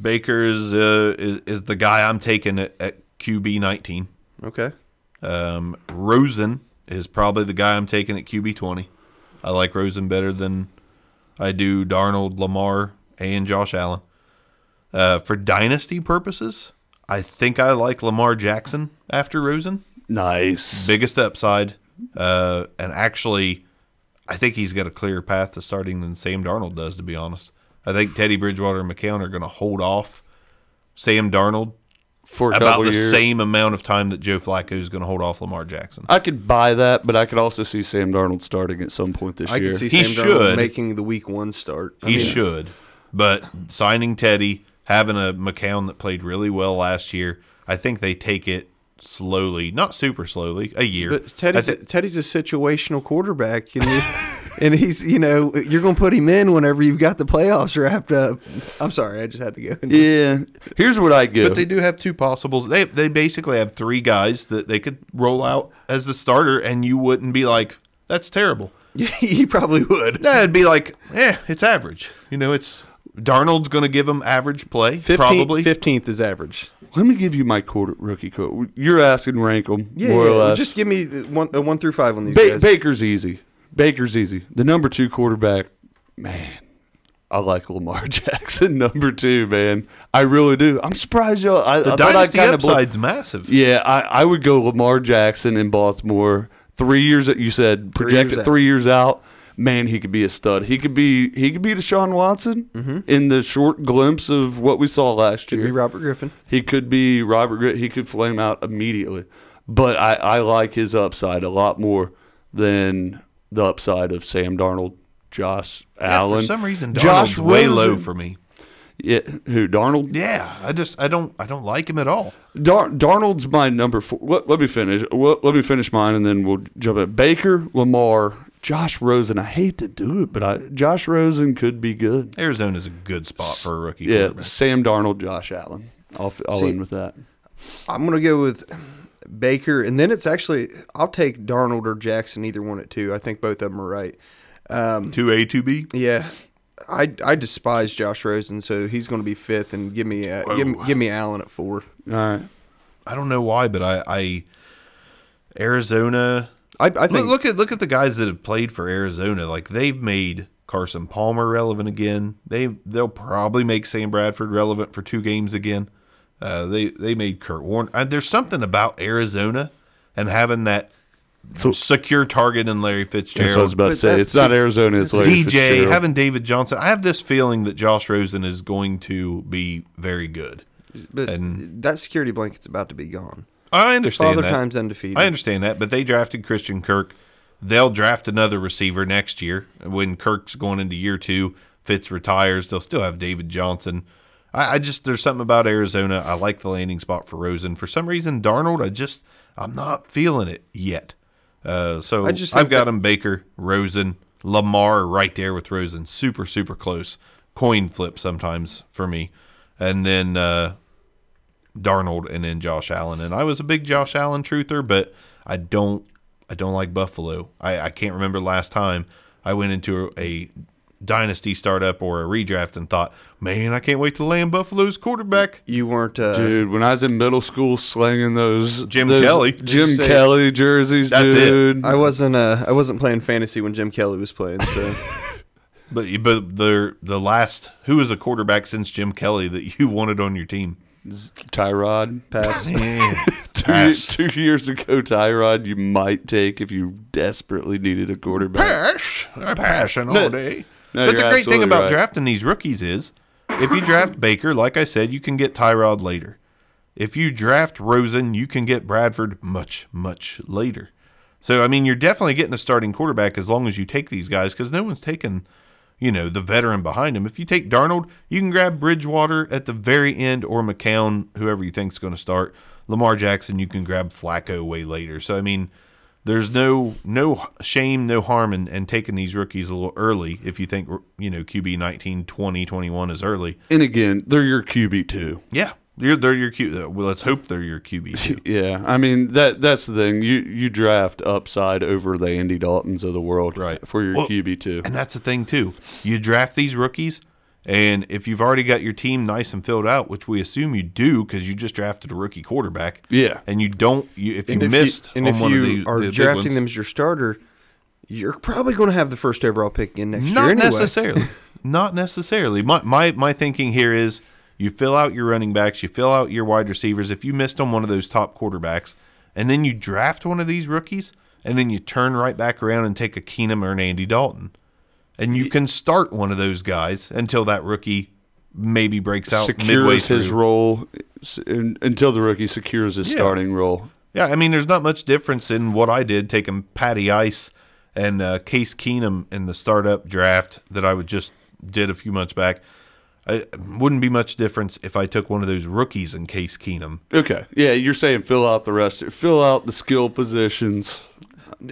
Speaker 2: Baker is, uh, is is the guy I'm taking at, at QB 19.
Speaker 4: Okay.
Speaker 2: Um, Rosen is probably the guy I'm taking at QB 20. I like Rosen better than I do Darnold, Lamar, and Josh Allen. Uh, for dynasty purposes, I think I like Lamar Jackson after Rosen.
Speaker 3: nice.
Speaker 2: Biggest upside. Uh, and actually, I think he's got a clearer path to starting than Sam Darnold does, to be honest. I think Teddy Bridgewater and McCown are going to hold off Sam Darnold
Speaker 3: for a
Speaker 2: about
Speaker 3: couple
Speaker 2: the
Speaker 3: years.
Speaker 2: same amount of time that Joe Flacco is going to hold off Lamar Jackson.
Speaker 3: I could buy that, but I could also see Sam Darnold starting at some point this
Speaker 4: I
Speaker 3: year.
Speaker 4: can see
Speaker 2: He
Speaker 4: Sam
Speaker 2: should.
Speaker 4: Darnold making the Week One start. I
Speaker 2: He
Speaker 4: mean,
Speaker 2: should. But signing Teddy, having a McCown that played really well last year, I think they take it slowly, not super slowly, a year.
Speaker 4: But
Speaker 2: I
Speaker 4: Teddy's
Speaker 2: thi-
Speaker 4: a, Teddy's a situational quarterback, and, he- and he's you know you're going to put him in whenever you've got the playoffs wrapped up. I'm sorry, I just had to go. into-
Speaker 3: yeah. Here's what I do.
Speaker 2: but they do have two possibles. They they basically have three guys that they could roll out as the starter, and you wouldn't be like, "That's terrible."
Speaker 4: you probably would.
Speaker 2: No, it'd be like, "Eh, it's average." You know, it's Darnold's going to give them average play,
Speaker 4: 15th,
Speaker 2: probably.
Speaker 4: fifteenth is average.
Speaker 3: Let me give you my quarter rookie quote. You're asking rank them
Speaker 4: Yeah,
Speaker 3: more or
Speaker 4: yeah,
Speaker 3: less.
Speaker 4: just give me the one a one through five on these
Speaker 3: Ba-
Speaker 4: guys.
Speaker 3: Baker's easy. Baker's easy. The number two quarterback, man. I like Lamar Jackson number two, man. I really do. I'm surprised y'all. I,
Speaker 2: The
Speaker 3: I thought I
Speaker 2: dynasty
Speaker 3: kind of.
Speaker 2: upside's massive.
Speaker 3: yeah, I, I would go Lamar Jackson in Baltimore. Three years that you said projected
Speaker 4: years out.
Speaker 3: three years out. Man, he could be a stud. He could be he could be Deshaun Watson in the short glimpse of what we saw last
Speaker 4: Mm-hmm. Could
Speaker 3: year.
Speaker 4: be Robert Griffin.
Speaker 3: He could be Robert. Gr- He could flame out immediately, but I, I like his upside a lot more than the upside of Sam Darnold, Josh
Speaker 2: Yeah,
Speaker 3: Allen.
Speaker 2: for some reason, Darnold's way low
Speaker 3: Rosen.
Speaker 2: for me.
Speaker 3: Yeah, who Darnold?
Speaker 2: Yeah, I just I don't I don't like him at all.
Speaker 3: Dar- Darnold's my number four. Let, let me finish. Let, let me finish mine, and then we'll jump in. Baker, Lamar, Josh Rosen. I hate to do it, but I, Josh Rosen could be good.
Speaker 2: Arizona's a good spot for a rookie
Speaker 3: Yeah,
Speaker 2: quarterback.
Speaker 3: Sam Darnold, Josh Allen. I'll, f- I'll
Speaker 4: See-
Speaker 3: end with that.
Speaker 4: I'm gonna go with Baker, and then it's actually I'll take Darnold or Jackson, either one at two. I think both of them are right.
Speaker 2: Two A, two B.
Speaker 4: Yeah, I I despise Josh Rosen, so he's going to be fifth, and give me uh, give, me- give me Allen at four.
Speaker 3: All right.
Speaker 2: I don't know why, but I, I Arizona.
Speaker 4: I, I think
Speaker 2: Look, look at look at the guys that have played for Arizona. Like they've made Carson Palmer relevant again. They they'll probably make Sam Bradford relevant for two games again. Uh, they they made Kurt Warner. Uh, there's something about Arizona and having that
Speaker 3: So-
Speaker 2: secure target in Larry
Speaker 3: That's what I was
Speaker 2: Fitzgerald.
Speaker 3: about to
Speaker 4: But
Speaker 3: say.
Speaker 4: that-
Speaker 3: It's not Arizona. It's Larry
Speaker 2: DJ
Speaker 3: Fitzgerald.
Speaker 2: having David Johnson. I have this feeling that Josh Rosen is going to be very good.
Speaker 4: but
Speaker 2: and-
Speaker 4: that security blanket's about to be gone.
Speaker 2: I understand
Speaker 4: Father
Speaker 2: that.
Speaker 4: time's undefeated.
Speaker 2: I understand that, but they drafted Christian Kirk. They'll draft another receiver next year when Kirk's going into year two. Fitz retires. They'll still have David Johnson. I, I just there's something about Arizona. I like the landing spot for Rosen. For some reason, Darnold. I just I'm not feeling it yet. Uh, so I
Speaker 4: I just
Speaker 2: have
Speaker 4: think
Speaker 2: got
Speaker 4: that-
Speaker 2: him Baker, Rosen, Lamar right there with Rosen. Super super close. Coin flip sometimes for me, and then uh, Darnold and then Josh Allen. And I was a big Josh Allen truther, but I don't I don't like Buffalo. I, I can't remember the last time I went into a, a dynasty startup or a redraft and thought, man, I can't wait to land Buffalo's quarterback.
Speaker 4: You weren't. Uh,
Speaker 3: Dude, when I was in middle school slinging those
Speaker 2: Jim
Speaker 3: those
Speaker 2: Kelly.
Speaker 3: Jim
Speaker 4: you say-
Speaker 3: Kelly jerseys,
Speaker 2: That's it.
Speaker 3: dude.
Speaker 4: I wasn't. Uh, I wasn't playing fantasy when Jim Kelly was playing. So
Speaker 2: But but the the last who is a quarterback since Jim Kelly that you wanted on your team?
Speaker 3: Tyrod.
Speaker 4: pass.
Speaker 3: Two,
Speaker 2: Pass.
Speaker 3: two years ago, Tyrod, you might take if you desperately needed a quarterback.
Speaker 2: Pass. I passion all
Speaker 3: No.
Speaker 2: day.
Speaker 3: No,
Speaker 2: but the great
Speaker 3: you're
Speaker 2: thing
Speaker 3: absolutely
Speaker 2: about
Speaker 3: right.
Speaker 2: drafting these rookies is if you draft Baker, like I said, you can get Tyrod later. If you draft Rosen, you can get Bradford much, much later. So, I mean, you're definitely getting a starting quarterback as long as you take these guys because no one's taking, you know, the veteran behind him. If you take Darnold, you can grab Bridgewater at the very end or McCown, whoever you think's going to start. Lamar Jackson, you can grab Flacco way later. So, I mean, there's no no shame, no harm in, in taking these rookies a little early if you think, you know, QB 19, 20, 21 is early.
Speaker 3: And again, they're your QB two.
Speaker 2: Yeah. You're, they're your Q. uh, Well, let's hope they're your QB. too.
Speaker 3: Yeah, I mean that that's the thing. You you draft upside over the Andy Daltons of the world,
Speaker 2: Right.
Speaker 3: For your
Speaker 2: Well,
Speaker 3: QB two.
Speaker 2: And that's the thing too. You draft these rookies, and if you've already got your team nice and filled out, which we assume you do because you just drafted a rookie quarterback.
Speaker 3: Yeah.
Speaker 2: And you don't. You, if you
Speaker 4: if
Speaker 2: missed
Speaker 4: and
Speaker 2: on
Speaker 4: if
Speaker 2: one
Speaker 4: you
Speaker 2: of the,
Speaker 4: are
Speaker 2: the big
Speaker 4: drafting them
Speaker 2: ones-
Speaker 4: as your starter, you're probably going to have the first overall pick in next
Speaker 2: not
Speaker 4: year anyway.
Speaker 2: necessarily. not necessarily. My my my thinking here is you fill out your running backs, you fill out your wide receivers. If you missed on one of those top quarterbacks, and then you draft one of these rookies, and then you turn right back around and take a Keenum or an Andy Dalton. and you can start one of those guys until that rookie maybe breaks out midway
Speaker 3: secures
Speaker 2: through.
Speaker 3: his role s- in, until the rookie secures his
Speaker 2: Yeah.
Speaker 3: starting role.
Speaker 2: Yeah, I mean, there's not much difference in what I did taking Patty Ice and uh, Case Keenum in the startup draft that I would just did a few months back. I wouldn't be much difference if I took one of those rookies in Case Keenum.
Speaker 3: Okay, yeah, you're saying fill out the rest, fill out the skill positions,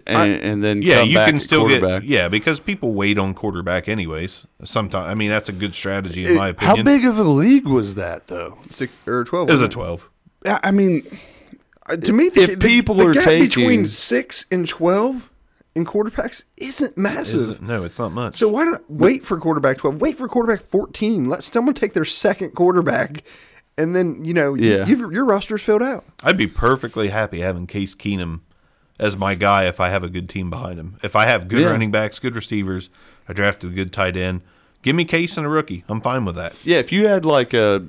Speaker 3: and, and then
Speaker 2: Yeah,
Speaker 3: come
Speaker 2: you
Speaker 3: back
Speaker 2: can
Speaker 3: at
Speaker 2: still
Speaker 3: quarterback.
Speaker 2: get yeah because people wait on quarterback anyways. Sometimes I mean that's a good strategy in my opinion.
Speaker 3: How big of a league was that though?
Speaker 4: Six or twelve.
Speaker 2: It was a
Speaker 4: wasn't
Speaker 2: twelve.
Speaker 3: I I mean,
Speaker 4: Uh, to me, the,
Speaker 3: If
Speaker 4: the-
Speaker 3: people
Speaker 4: the
Speaker 3: are
Speaker 4: gap
Speaker 3: taking-
Speaker 4: between six and twelve in quarterbacks isn't massive.
Speaker 2: Isn't- No, it's not much.
Speaker 4: So why not wait for quarterback twelve? Wait for quarterback fourteen. Let someone take their second quarterback, and then you know,
Speaker 3: Yeah.
Speaker 4: yeah. you, your roster's filled out.
Speaker 2: I'd be perfectly happy having Case Keenum as my guy if I have a good team behind him. If I have good
Speaker 3: Yeah.
Speaker 2: running backs, good receivers, I drafted a good tight end. Give me Case and a rookie. I'm fine with that.
Speaker 3: yeah, if you had like a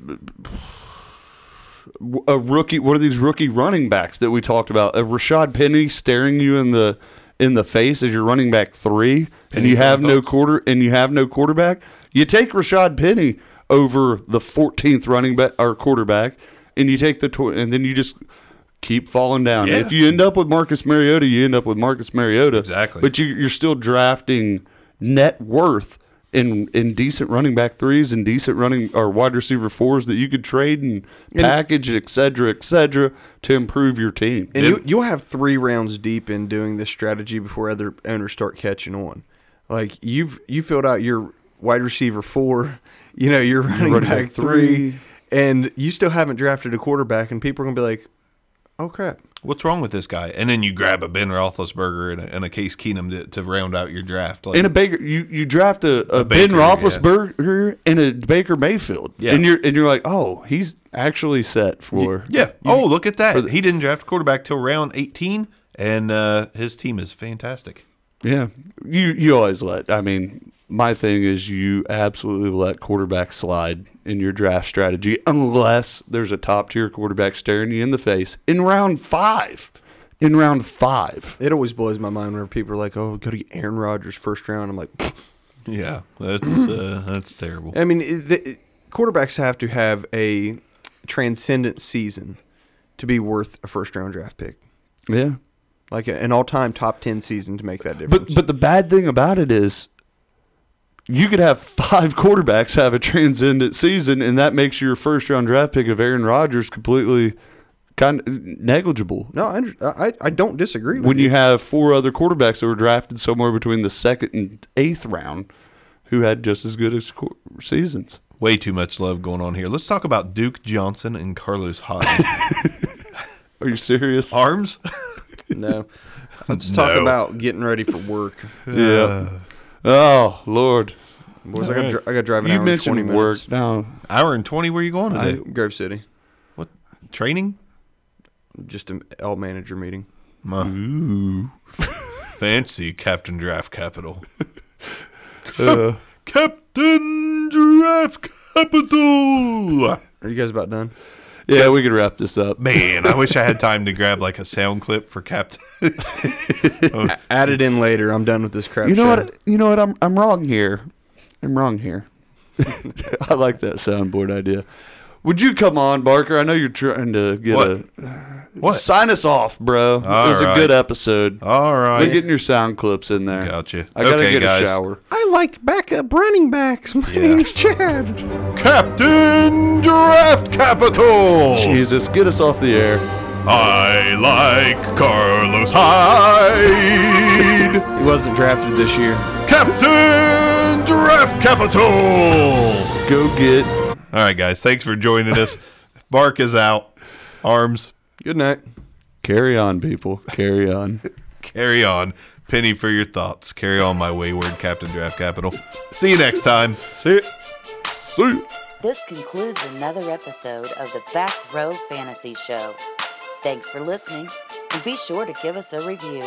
Speaker 3: a rookie, what are these rookie running backs that we talked about? A Rashad Penny staring you in the in the face as your running back three, and you have no quarter, and you have no quarterback. You take Rashad Penny over the 14th running back or quarterback, and you take the tw- and then you just keep falling down.
Speaker 2: Yeah.
Speaker 3: If you end up with Marcus Mariota, you end up with Marcus Mariota.
Speaker 2: Exactly.
Speaker 3: But you, you're still drafting net worth in in decent running back threes and decent running or wide receiver fours that you could trade and package, et cetera, et cetera, to improve your team.
Speaker 4: And you, you'll have three rounds deep in doing this strategy before other owners start catching on. Like you've you filled out your wide receiver four, you know, your running,
Speaker 3: running
Speaker 4: back
Speaker 3: back
Speaker 4: three,
Speaker 3: three.
Speaker 4: and you still haven't drafted a quarterback, and people are gonna be like, "Oh crap."
Speaker 2: What's wrong with this guy? And then you grab a Ben Roethlisberger and a, and a Case Keenum to, to round out your draft. Like,
Speaker 3: and a Baker, you, you draft a, a, Ben
Speaker 2: Baker, yeah.
Speaker 3: Roethlisberger and a Baker Mayfield,
Speaker 2: Yeah.
Speaker 3: and you're and you're like, oh, he's actually set for
Speaker 2: yeah. oh, look at that. he didn't draft a quarterback till round 18, and uh, his team is fantastic.
Speaker 3: Yeah, you you always let. I mean, my thing is you absolutely let quarterback slide in your draft strategy unless there's a top tier quarterback staring you in the face in round five. In round five,
Speaker 4: It always blows my mind whenever people are like, "Oh, go to get Aaron Rodgers first round." I'm like,
Speaker 2: Yeah, that's uh, that's terrible.
Speaker 4: I mean, it- the, it- quarterbacks have to have a transcendent season to be worth a first round draft pick,
Speaker 3: yeah.
Speaker 4: like a, an all time top ten season to make that difference.
Speaker 3: But but the bad thing about it is, you could have five quarterbacks have a transcendent season, and that makes your first round draft pick of Aaron Rodgers completely kind of negligible.
Speaker 4: no, I, under- I I don't disagree with
Speaker 3: when you have four other quarterbacks that were drafted somewhere between the second and eighth round who had just as good as qu- seasons.
Speaker 2: Way too much love going on here. Let's talk about Duke Johnson and Carlos Hyde. Uh,
Speaker 3: Are you serious?
Speaker 2: Arms?
Speaker 4: No. Let's talk
Speaker 2: No.
Speaker 4: about getting ready for work.
Speaker 3: Yeah. Oh Lord,
Speaker 4: Boys, I got
Speaker 2: Alright.
Speaker 4: dri- I got driving.
Speaker 3: you mentioned work. No,
Speaker 2: Hour and twenty. Where you going today?
Speaker 4: Grove City.
Speaker 2: what training?
Speaker 4: Just an L manager meeting.
Speaker 2: Ma. Fancy Captain Draft Capital. Captain Draft Capital.
Speaker 4: Are you guys about done?
Speaker 3: yeah, we could wrap this up.
Speaker 2: Man, I wish I had time to grab like a sound clip for Captain.
Speaker 4: Add it in later. I'm done with this crap.
Speaker 3: You know
Speaker 4: show.
Speaker 3: what? You know what? I'm I'm wrong here. I'm wrong here. I like that soundboard idea. Would you come on, Barker? I know you're trying to get
Speaker 2: What?
Speaker 3: a
Speaker 2: What?
Speaker 3: sign us off, bro. it
Speaker 2: All
Speaker 3: was
Speaker 2: right.
Speaker 3: a good episode.
Speaker 2: All right.
Speaker 3: We're getting your sound clips in there.
Speaker 2: Gotcha.
Speaker 3: I gotta
Speaker 2: Okay,
Speaker 3: get
Speaker 2: guys.
Speaker 3: a shower.
Speaker 4: I like backup running backs. My
Speaker 2: Yeah.
Speaker 4: name's Chad.
Speaker 2: Captain Draft Capital.
Speaker 3: Jesus, get us off the air.
Speaker 2: I like Carlos Hyde.
Speaker 4: He wasn't drafted this year.
Speaker 2: Captain Draft Capital.
Speaker 3: Go get
Speaker 2: All right, guys. Thanks for joining us. Bark is out. Arms
Speaker 4: Good night.
Speaker 3: carry on, people. Carry on.
Speaker 2: carry on. Penny for your thoughts. Carry on, my wayward Captain Draft Capital. See you next time. See you. See you.
Speaker 1: This concludes another episode of the Back Row Fantasy Show. Thanks for listening, and be sure to give us a review.